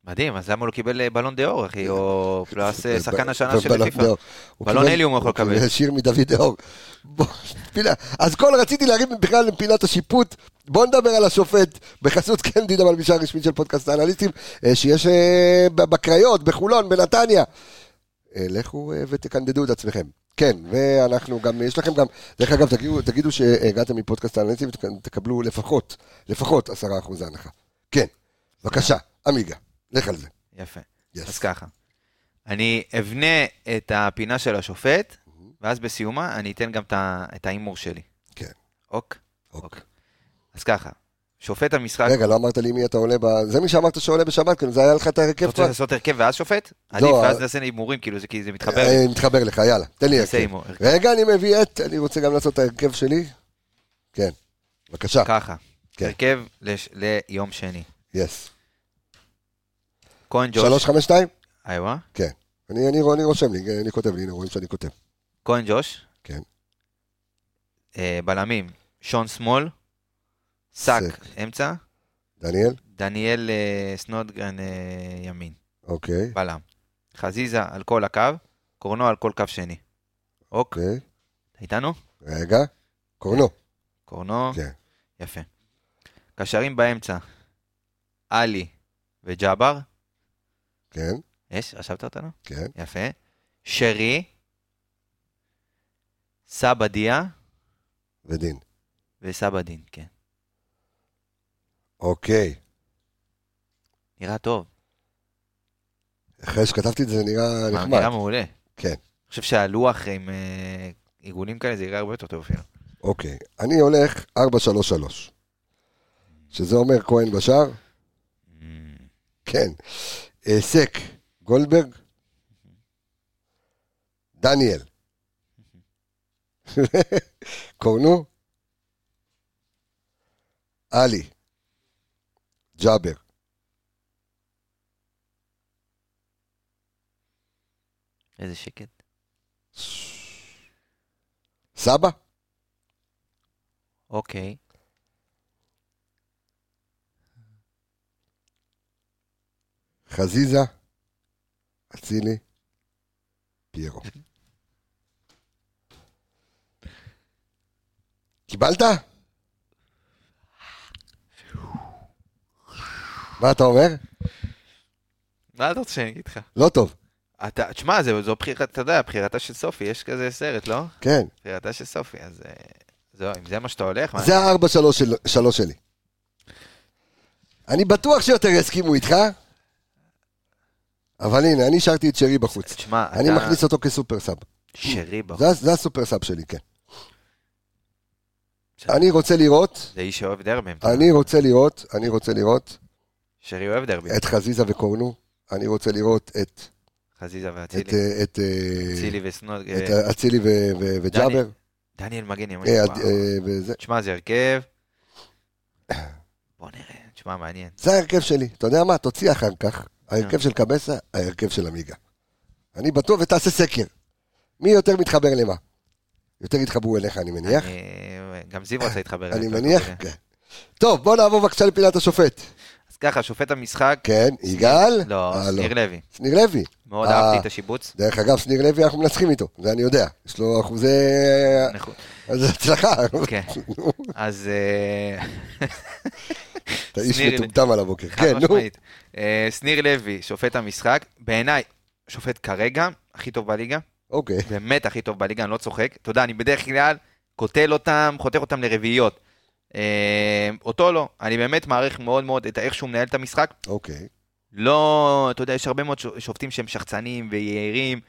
D: מדהים, אז למה הוא לא קיבל אה, בלון דה אור, אחי, או פלוס אה,
A: וב-
D: שחקן השנה
A: ובלון
D: של פיפ"א?
A: דה אור. הוא
D: בלון
A: קיבל-
D: אליום הוא יכול לקבל.
A: קיבל שיר מדוד דהור. בוא, פינה. אז כל רציתי לריב בכלל מפינת השיפוט. בואו נדבר על השופט בחסות קנדיד המלבישה הרשמית של פודקאסט האנליסטים, אה, שיש אה, ב- בקריות, בחולון, בנתניה. אה, לכו אה, ותקנדדו את עצמכם. כן, ואנחנו גם, יש לכם גם, דרך אגב, תגידו, תגידו שהגעתם מפודקאסט האנליסטים, ותק- תקבלו לפחות, לפחות עשרה אחוז הנחה. כן, בבקשה, עמיגה, לך על זה.
D: יפה.
A: Yes.
D: אז ככה. אני אבנה את הפינה של השופט, ואז בסיומה אני אתן גם את ה- את ההימור שלי.
A: כן.
D: אוק?
A: אוקיי.
D: אז ככה, שופט המשחק...
A: רגע, לא אמרת לי מי אתה עולה ב... זה מי שאמרת שעולה בשבת, כאילו, זה היה לך את
D: אתה
A: ההרכב
D: רוצה
A: כבר?
D: לעשות הרכב ואז שופט?
A: לא,
D: עדיף,
A: אה-
D: ואז נעשה הימורים, כאילו, זה כי זה מתחבר.
A: אה, כן. מתחבר לך, יאללה, תן לי
D: נעשה
A: הרכב.
D: הימור. הרכב.
A: רגע, אני מביא את, אני רוצה גם לעשות את ההרכב שלי. כן, בבקשה,
D: ככה.
A: כן.
D: הרכב לש- ליום שני.
A: יס.
D: כהן ג'וש.
A: שלוש, חמש, שתיים?
D: איואה.
A: כן. אני אני- אני רושם לי, אני כותב לי, הנה רואים שאני כותב.
D: כהן ג'וש.
A: כן.
D: אה, בלמים. שון שמאל. סאק
A: סק.
D: אמצע.
A: דניאל?
D: דניאל אה, סנודגרן אה, ימין.
A: אוקיי,
D: בלם. חזיזה על כל הקו. קורנו על כל קו שני. אוק.
A: אוקיי.
D: איתנו?
A: רגע, קורנו.
D: קורנו.
A: כן.
D: יפה. קשרים באמצע. עלי וג'אבר.
A: כן,
D: יש? רשמת אותנו?
A: כן,
D: יפה. שרי, סבדיה
A: ודין.
D: וסבדין, כן.
A: אוקיי.
D: נראה טוב.
A: אחרי שכתבתי את זה, זה נראה נחמד.
D: אה, נראה מעולה.
A: כן.
D: אני חושב שהלוח עם אה, עיגולים כאלה זה יראה הרבה יותר טוב אפילו.
A: אוקיי. אני הולך 4-3-3. שזה אומר כהן בשער?
D: Mm,
A: כן. אה, סק, גולדברג, דניאל. קורנו, עלי, ג'אבר.
D: איזה שקט.
A: סבא?
D: אוקיי.
A: חזיזה, אצילי, פיירו. קיבלת? מה אתה אומר?
D: מה אתה רוצה שאני אגיד לך?
A: לא טוב,
D: אתה, תשמע, זה- זו בחירת, אתה יודע, בחירתה של סופי, יש כזה סרט, לא?
A: כן.
D: בחירתה של סופי, אז... אה, זהו, אם זה מה שאתה הולך, מה?
A: זה הארבע שלוש של- שלוש שלי. אני בטוח שיותר יסכימו איתך, אבל הנה, אני השארתי את שרי בחוץ.
D: תשמע,
A: אני
D: אתה-
A: מכניס אותו כסופר סאב.
D: שרי בחוץ.
A: זה- זה הסופר סאב שלי, כן. אני רוצה לראות,
D: זה איש שאוהב דרבים. אתה
A: אני
D: יודע.
A: רוצה לראות, אני רוצה לראות
D: שרי אוהב דרבים.
A: את חזיזה וקורנו, אני רוצה לראות את
D: חזיזה ואצילי.
A: את, אה, את, אה,
D: צילי וסנוד...
A: את
D: אה,
A: אצילי ו- ו- וג'אבר,
D: דניאל מגן ימני.
A: אה,
D: וואו.
A: עד- אה, וזה.
D: תשמע, זה הרכב.
A: [COUGHS]
D: בוא נראה, תשמע, מעניין.
A: זה ההרכב שלי. אתה יודע מה? תוציא אחר כך. ההרכב של קבסה, ההרכב של עמיגה. אני בטוח ותעשה סקר. מי יותר מתחבר למה? יותר יתחברו אליך, אני מניח.
D: אני- אה, גם זיו רצה להתחבר.
A: אני
D: אליי,
A: מניח,
D: אתה יודע.
A: כן. טוב, בוא נעבור בבקשה לפינת השופט.
D: אז ככה, שופט המשחק...
A: כן, יגאל?
D: לא,
A: אה,
D: שניר לוי.
A: שניר לוי.
D: מאוד
A: אה,
D: אהבתי את השיבוץ.
A: דרך אגב, שניר לוי, אנחנו מנצחים איתו, זה אני יודע. יש לו
D: [LAUGHS]
A: אחוזי... אה.
D: נכון.
A: אז הצלחה. [LAUGHS]
D: כן. אז... אה,
A: אתה איש
D: שניר-
A: מטומטם על הבוקר.
D: חד
A: כן, נו.
D: משמעית. אה, שניר לוי, שופט המשחק. בעיניי, שופט כרגע, הכי טוב בליגה.
A: אוקיי.
D: באמת הכי טוב בליגה, אני לא צוחק. אתה יודע, אני בדרך כלל קוטל אותם, חותך אותם לרביעיות. אה, אותו לא. אני באמת מעריך מאוד מאוד את איך שהוא מנהל את המשחק.
A: אוקיי.
D: לא, אתה יודע, יש הרבה מאוד שו- שופטים שהם שחצנים ויהירים.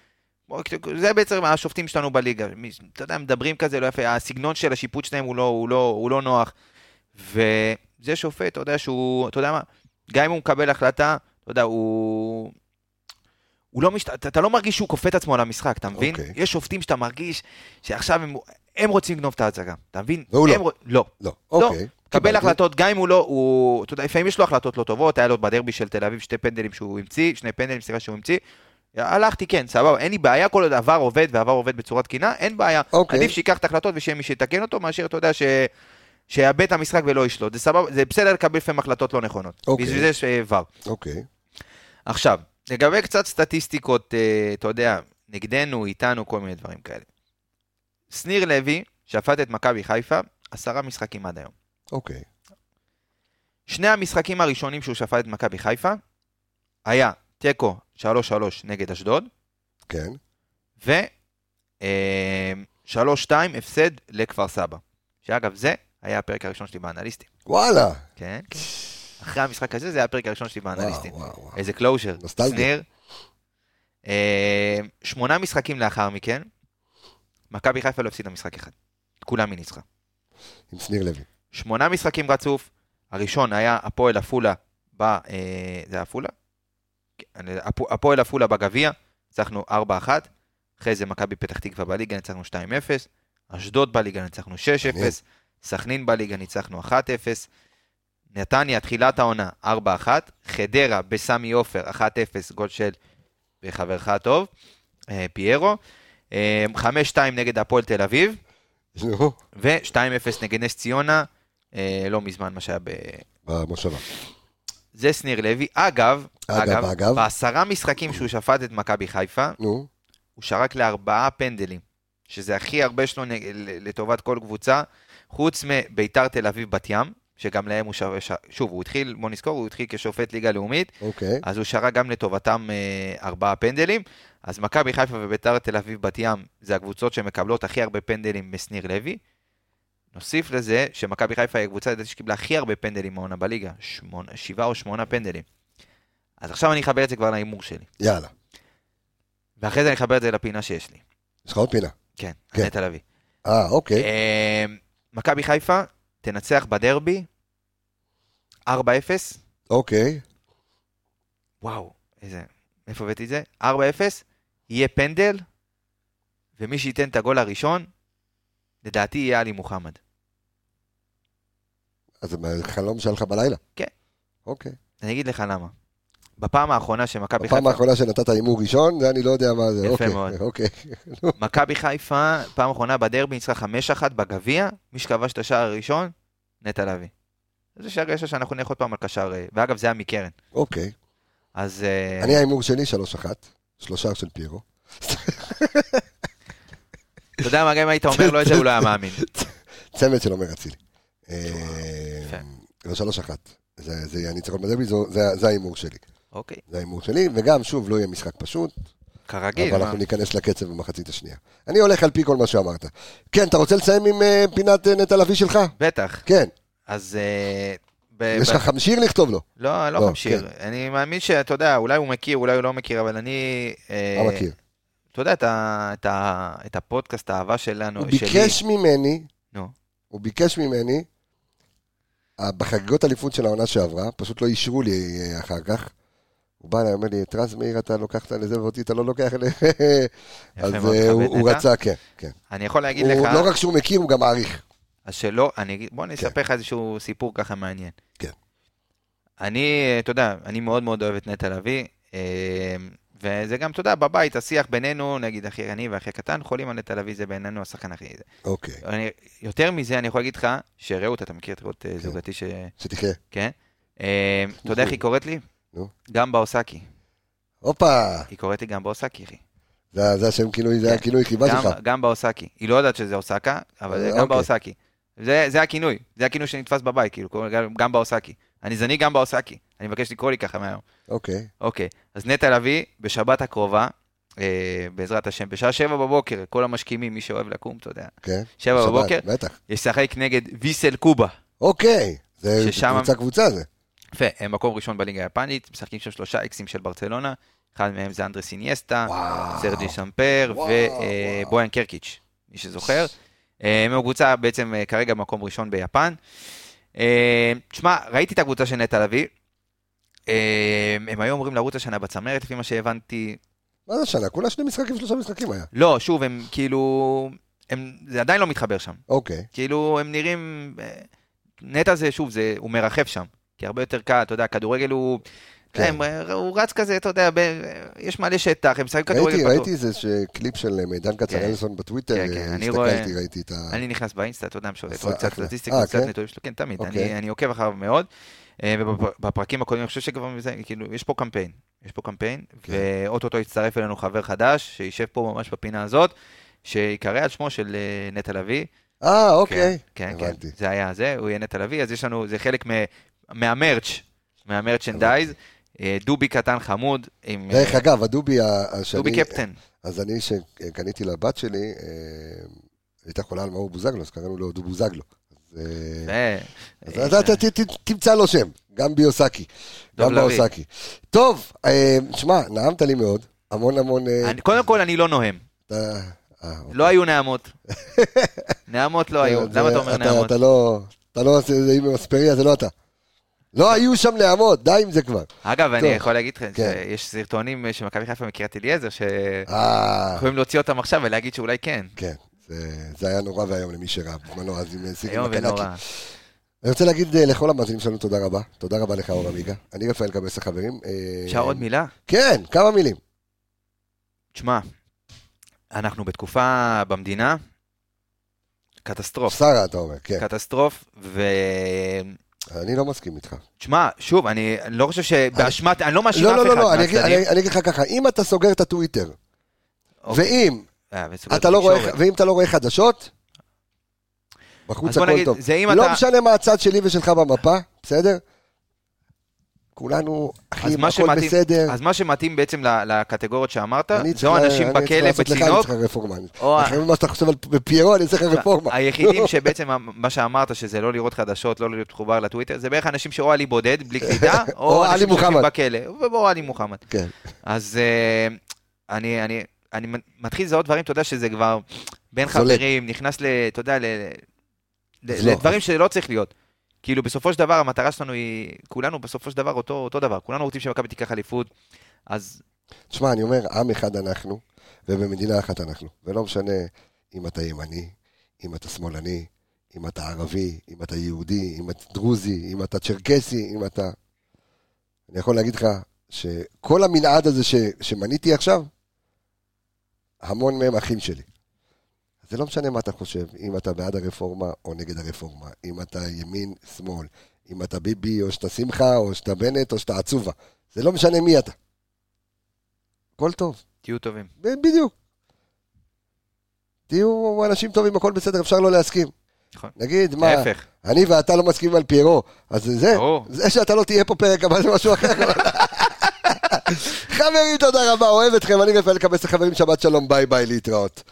D: בוא, זה בעצם השופטים שלנו בליגה. מי- אתה יודע, מדברים כזה לא יפה, הסגנון של השיפוט שלהם הוא לא, הוא לא, הוא לא נוח. וזה שופט, אתה יודע שהוא, אתה יודע מה, גם אם הוא מקבל החלטה, אתה יודע, הוא... הוא לא משת... אתה, אתה לא מרגיש שהוא כופה את עצמו על המשחק, אתה מבין?
A: אוקיי.
D: Okay. יש שופטים שאתה מרגיש שעכשיו הם, הם רוצים לגנוב את ההצגה, אתה מבין?
A: והוא לא.
D: הם... רוצ- לא.
A: לא,
D: לא,
A: אוקיי.
D: קיבל
A: קיבלתי.
D: החלטות, גם אם הוא לא, הוא, אתה יודע, לפעמים יש לו החלטות לא טובות, היה לו בדרבי של תל אביב שתי פנדלים שהוא המציא, שני פנדלים, סליחה, שהוא המציא. הלכתי, כן, סבבה, אין לי בעיה, כל עוד עבר עובד ועבר עובד בצורה תקינה, אין בעיה.
A: אוקיי.
D: עדיף שייקח את ההחלטות ושיהיה מי שיתקן אותו, מאשר, אתה יודע, ש... שיאבד את המשחק ולא ישלוט. זה סבבה, זה בסדר לקבל לפעמים החלטות לא נכונות.
A: אוקיי.
D: בשביל זה יש אה, ור.
A: אוקיי.
D: עכשיו, לגבי קצת סטטיסטיקות, אה, אתה יודע, נגדנו, איתנו, כל מיני דברים כאלה. שניר לוי, שפט את מכבי חיפה, עשרה משחקים עד היום.
A: אוקיי.
D: שני המשחקים הראשונים שהוא שפט את מכבי חיפה, היה תיקו 3-3 נגד אשדוד,
A: כן.
D: ו... אה, 3-2 הפסד לכפר סבא. שאגב, זה היה הפרק הראשון שלי באנליסטים,
A: וואלה.
D: כן? אחרי המשחק הזה, זה היה הפרק הראשון שלי באנליסטים.
A: וואו, וואו, וואו.
D: איזה קלוז'ר.
A: נוסטלגיה.
D: שניר. אה, שמונה משחקים לאחר מכן, מכבי חיפה לא הפסידה משחק אחד. כולם היא ניצחה.
A: עם שניר לוי.
D: שמונה משחקים רצוף, הראשון היה הפועל עפולה ב... אה, זה היה עפולה? כן, אני- הפו- הפועל עפולה בגביע, ניצחנו 4-1, אחרי זה מכבי פתח תקווה בליגה, ניצחנו 2-0, אשדוד בליגה, ניצחנו 6-0,
A: מעניין.
D: סכנין בליגה, ניצחנו 1-0, נתניה, תחילת העונה, 4-1, חדרה בסמי עופר, 1-0, גול של חברך הטוב, אה, פיירו, אה, 5-2 נגד הפועל תל אביב,
A: נו,
D: ו-2-0 נגד נס ציונה, אה, לא מזמן מה שהיה ב...
A: במושבה.
D: זה שניר לוי. אגב,
A: אגב, אגב.
D: בעשרה משחקים שהוא שפט את מכבי חיפה,
A: נו,
D: הוא שרק לארבעה פנדלים, שזה הכי הרבה שלו נג... ל- לטובת כל קבוצה, חוץ מביתר תל אביב בת ים, שגם להם הוא שווה... ש... שוב, הוא התחיל, בוא נזכור, הוא התחיל כשופט ליגה לאומית,
A: אוקיי.
D: אז הוא שרק גם לטובתם אה, ארבעה פנדלים. אז מכבי חיפה וביתר תל אביב בת ים זה הקבוצות שמקבלות הכי הרבה פנדלים משניר לוי. נוסיף לזה שמכבי חיפה היא הקבוצה לדעתי שקיבלה הכי הרבה פנדלים העונה בליגה, שמונה, שבעה או שמונה פנדלים. אז עכשיו אני אחבר את זה כבר להימור שלי,
A: יאללה.
D: ואחרי זה אני אחבר את זה לפינה שיש לי.
A: יש לך עוד פינה.
D: כן,
A: כן.
D: כן. נטע לביא.
A: אה, אוקיי.
D: אה, מכבי חיפה תנצח בדרבי 4-0. כן.
A: אוקיי.
D: וואו, איזה... איפה הבאתי את זה? 4-0, יהיה פנדל, ומי שייתן את הגול הראשון, לדעתי יהיה עלי מוחמד.
A: אז זה חלום שהיה לך בלילה.
D: כן.
A: אוקיי.
D: אני אגיד לך למה. בפעם האחרונה שמכבי
A: בפעם
D: חיפה,
A: האחרונה שנתת הימור ראשון, זה אני לא יודע מה זה.
D: יפה
A: אוקיי,
D: מאוד.
A: אוקיי.
D: מכבי חיפה, פעם אחרונה בדרבי ניצחה 5-1 בגביע, מי שכבש את השער הראשון, נטע לביא. זה שער ישר שאנחנו נלך עוד פעם על קשר, אה, ואגב זה היה מקרן.
A: אוקיי.
D: אז אה,
A: אני ההימור שלי, 3-1. שלושה של פיירו.
D: אתה יודע מה, גם אם היית אומר לו את זה, הוא לא היה מאמין.
A: צמד של עומר אצילי. אה,
D: יפה.
A: זה 3-1. זה זה יהיה הניצחון בדרבי, זו- זה- זה ההימור שלי.
D: אוקיי,
A: זה ההימור שלי, וגם, שוב, לא יהיה משחק פשוט,
D: כרגיל.
A: אבל
D: מה?
A: אנחנו ניכנס לקצב במחצית השנייה. אני הולך על פי כל מה שאמרת. כן, אתה רוצה לסיים עם אה, פינת אה, נטע לביא שלך?
D: בטח.
A: כן.
D: אז... אה, ב-
A: יש
D: ב-
A: לך חמשיר לכתוב לו?
D: לא,
A: לא,
D: לא חמשיר. אני מאמין שאתה יודע, אולי הוא מכיר, אולי הוא לא מכיר, אבל אני... אה,
A: מה לא מכיר?
D: אתה יודע, את ה- את ה- את הפודקאסט, האהבה שלנו,
A: הוא
D: שלי.
A: ביקש ממני,
D: נו.
A: הוא ביקש ממני, אה, בחגיגות אליפות של העונה שעברה, פשוט לא אישרו לי אה, אחר כך. הוא בא אליי, אומר לי, את רז מאיר אתה לקחת לזה ואותי אתה לא לוקח ל... [LAUGHS] אז
D: יפה מאוד,
A: אה, הוא
D: מכבד,
A: הוא
D: נטע.
A: רצה, כן, כן.
D: אני יכול להגיד
A: הוא
D: לך,
A: לא רק שהוא מכיר, הוא גם מעריך.
D: אז שלא, אני אגיד- בוא אני
A: כן.
D: אספר לך איזשהו סיפור ככה מעניין.
A: כן.
D: אני, אה, אתה יודע, אני מאוד מאוד אוהב את נטע לביא, אה, וזה גם, אתה יודע, בבית, השיח בינינו, נגיד אחי אני ואחי קטן, חולים על נטע לביא, זה בינינו השחקן הכי...
A: אוקיי,
D: אני- יותר מזה, אני יכול להגיד לך, שרעות, אתה מכיר את רעות
A: כן.
D: אה, זוגתי ש...
A: שתחיה.
D: כן. אה, אתה יודע איך היא קוראת לי?
A: נו.
D: גם באוסקי.
A: הופה,
D: היא קוראת לי גם באוסקי, אחי.
A: זה זה השם כינוי, זה הכינוי חיבה
D: כן. גם-
A: שלך.
D: גם באוסקי. היא לא יודעת שזה אוסקה, אבל
A: אה,
D: זה
A: אוקיי.
D: גם באוסקי. זה זה הכינוי, זה הכינוי שנתפס בבית, כאילו, קוראים לי גם- גם באוסקי. אני זני גם באוסקי, אני מבקש לקרוא לי ככה מהיום.
A: אוקיי,
D: אוקיי, אז נטע לביא, בשבת הקרובה, אה, בעזרת השם, בשעה שבע בבוקר, כל המשכימים, מי שאוהב לקום, אתה יודע,
A: כן.
D: שבע
A: שבת,
D: בבוקר.
A: בטח.
D: ישחק נגד ויסל קובה.
A: אוקיי, זה
D: ששם-
A: קבוצה קבוצה זה.
D: יפה, הם מקום ראשון בליגה היפנית, משחקים שם שלושה אקסים של ברצלונה, אחד מהם זה אנדרס איניאסטה,
A: וואו.
D: סרג'י שמפר
A: וואו, וואו.
D: ובויאן קרקיץ', מי שזוכר. אה, הם הקבוצה בעצם אה, כרגע מקום ראשון ביפן. אה, תשמע, ראיתי את הקבוצה של נטע לביא, אה, הם היו אמורים לרוץ השנה בצמרת, לפי מה שהבנתי.
A: מה זה שנה? כולה שני משחקים, שלושה משחקים היה.
D: לא, שוב, הם כאילו, הם, זה עדיין לא מתחבר שם.
A: אוקיי,
D: כאילו, הם נראים... אה, נטע זה, שוב, זה, הוא מרחף שם. כי הרבה יותר קל, אתה יודע, כדורגל הוא...
A: כן.
D: כן. הוא רץ כזה, אתה יודע, ב... יש מלא שטח, הם משחקים כדורגל
A: ראיתי,
D: פתוח.
A: ראיתי איזה ש- קליפ של אה, מידן כצנלסון בטוויטר,
D: כן, כן,
A: אה,
D: אני
A: הסתכלתי,
D: רואה-
A: ראיתי את ה...
D: אני נכנס באינסטה, אתה יודע, משולט,
A: עשה
D: רואה קצת
A: אה, אחלה.
D: סטטיסטיקות,
A: אה,
D: קצת
A: כן?
D: נתונים שלו, כן, תמיד,
A: אוקיי.
D: אני- אני עוקב אחריו מאוד. אה, ובפרקים הקודמים, אני חושב שכבר, זה, כאילו, יש פה קמפיין. יש פה קמפיין,
A: כן.
D: ואו-טו-טו יצטרף אלינו חבר חדש, שישב פה ממש בפינה הזאת, שיקרא על שמו של אה, נטע לביא.
A: אה, אוקיי.
D: כן, כן,
A: הבנתי.
D: כן. זה היה זה, הוא יהיה נטע לביא, אז יש לנו, זה חלק מ- מהמרץ', מהמרצ'נדייז. אה, דובי קטן חמוד, עם... אה,
A: דרך אגב, הדובי ה- ה- שאני...
D: דובי קפטן.
A: אז אני, שקניתי לבת שלי, אה, הייתה חולה על מאור בוזגלו, אז קראנו לו דו בוזגלו. אז, אה,
D: זה-
A: אז אתה- אתה ת- ת- תמצא לו שם, גם ביוסקי.
D: דב
A: גם
D: לביא.
A: באוסקי. טוב, אה, שמע, נעמת לי מאוד, המון המון... אה,
D: אני- קודם כל, אני לא נוהם.
A: אתה- אה, אוקיי.
D: לא
A: [LAUGHS]
D: היו נעמות. נעמות לא היו.
A: זה-
D: למה אתה אומר נעמות?
A: אתה לא... אתה לא עושה את זה עם אספריה, זה לא אתה. לא היו שם נעמות, די עם זה כבר.
D: אגב, אני
A: טוב.
D: יכול להגיד לך,
A: כן.
D: שיש סרטונים אה, של מכבי חיפה מקריית אליעזר, שיכולים
A: אה,
D: להוציא אותם עכשיו ולהגיד שאולי כן.
A: כן. זה- זה היה נורא ואיום למי שראה בזמנו, אז עם אה, סיגי
D: איום
A: מקנקי.
D: ונורא.
A: אני רוצה להגיד אה, לכל המאזינים שלנו תודה רבה. תודה רבה לך, אור עמיגה. אני רפאל קבס החברים. אה,
D: אפשר עוד מילה?
A: כן, כמה מילים.
D: תשמע, אנחנו בתקופה במדינה, קטסטרוף.
A: שרה, אתה אומר, כן.
D: קטסטרוף, ותשמע,
A: אני לא מסכים
D: אה,
A: איתך.
D: שוב, אני לא חושב שבאשמת, אני לא מאשים אף
A: לא,
D: אחד
A: לא, לא, לא, אני אגיד-
D: מהצדדים.
A: אני- אני אגיד לך ככה, אם אתה סוגר את הטוויטר,
D: אוקיי.
A: ואם
D: אה, וסוגר
A: אתה לא רואה,
D: תקשורת.
A: ואם אתה לא רואה חדשות, בחוץ
D: אז בוא
A: הכל
D: נגיד,
A: טוב.
D: זה אם
A: לא
D: אתה-
A: משנה מה הצד שלי ושלך במפה, בסדר? כולנו
D: אז
A: אחים,
D: מה
A: הכל
D: שמתאים-
A: בסדר.
D: אז מה שמתאים בעצם ל- לקטגוריות שאמרת,
A: אני
D: זה או
A: צריך-
D: אנשים
A: אני צריך
D: בכלא
A: לעשות לך, אני
D: בצינוק,
A: צריך רפורמה.
D: או- אה,
A: אחרי מה שאתה חושב על פיירו, אני
D: [LAUGHS]
A: צריך רפורמה.
D: היחידים שבעצם מה שאמרת, שזה לא לראות חדשות, לא להיות מחובר לטוויטר, זה בערך אנשים שאו עלי בודד,
A: [LAUGHS]
D: בלי קליטה,
A: או
D: או
A: עלי
D: אנשים שיושבים
A: מוחמד.
D: בכלא, או עלי מוחמד.
A: כן.
D: אז אה, אני, אני, אני מתחיל לזהות דברים, אתה יודע שזה כבר בין
A: זולג.
D: חברים, נכנס ל... אתה יודע, ל,
A: אז
D: ל,
A: לא.
D: לדברים שלא צריך להיות. כאילו, בסופו של דבר, המטרה שלנו היא, כולנו בסופו של דבר אותו, אותו דבר, כולנו רוצים שמכבי תיקח אליפות, אז
A: תשמע, אני אומר, עם אחד אנחנו, ובמדינה אחת אנחנו. ולא משנה אם אתה ימני, אם אתה שמאלני, אם אתה ערבי, אם אתה יהודי, אם אתה דרוזי, אם אתה צ'רקסי, אם אתה... אני יכול להגיד לך שכל המנעד הזה ש... שמניתי עכשיו, המון מהם אחים שלי. זה לא משנה מה אתה חושב, אם אתה בעד הרפורמה או נגד הרפורמה, אם אתה ימין, שמאל, אם אתה ביבי או שאתה שמחה או שאתה בנט או שאתה עצובה. זה לא משנה מי אתה. הכל טוב.
D: תהיו טובים.
A: ב- בדיוק. תהיו אנשים טובים, הכל בסדר, אפשר לא להסכים.
D: נכון.
A: נגיד, מה,
D: להפך.
A: אני ואתה לא מסכימים על פיירו, אז זה,
D: ברור.
A: זה שאתה לא תהיה פה פרק הבא זה משהו
D: [LAUGHS]
A: אחר. חברים, תודה רבה, אוהב אתכם, אני רפאל קבס החברים, שבת שלום, ביי ביי, להתראות.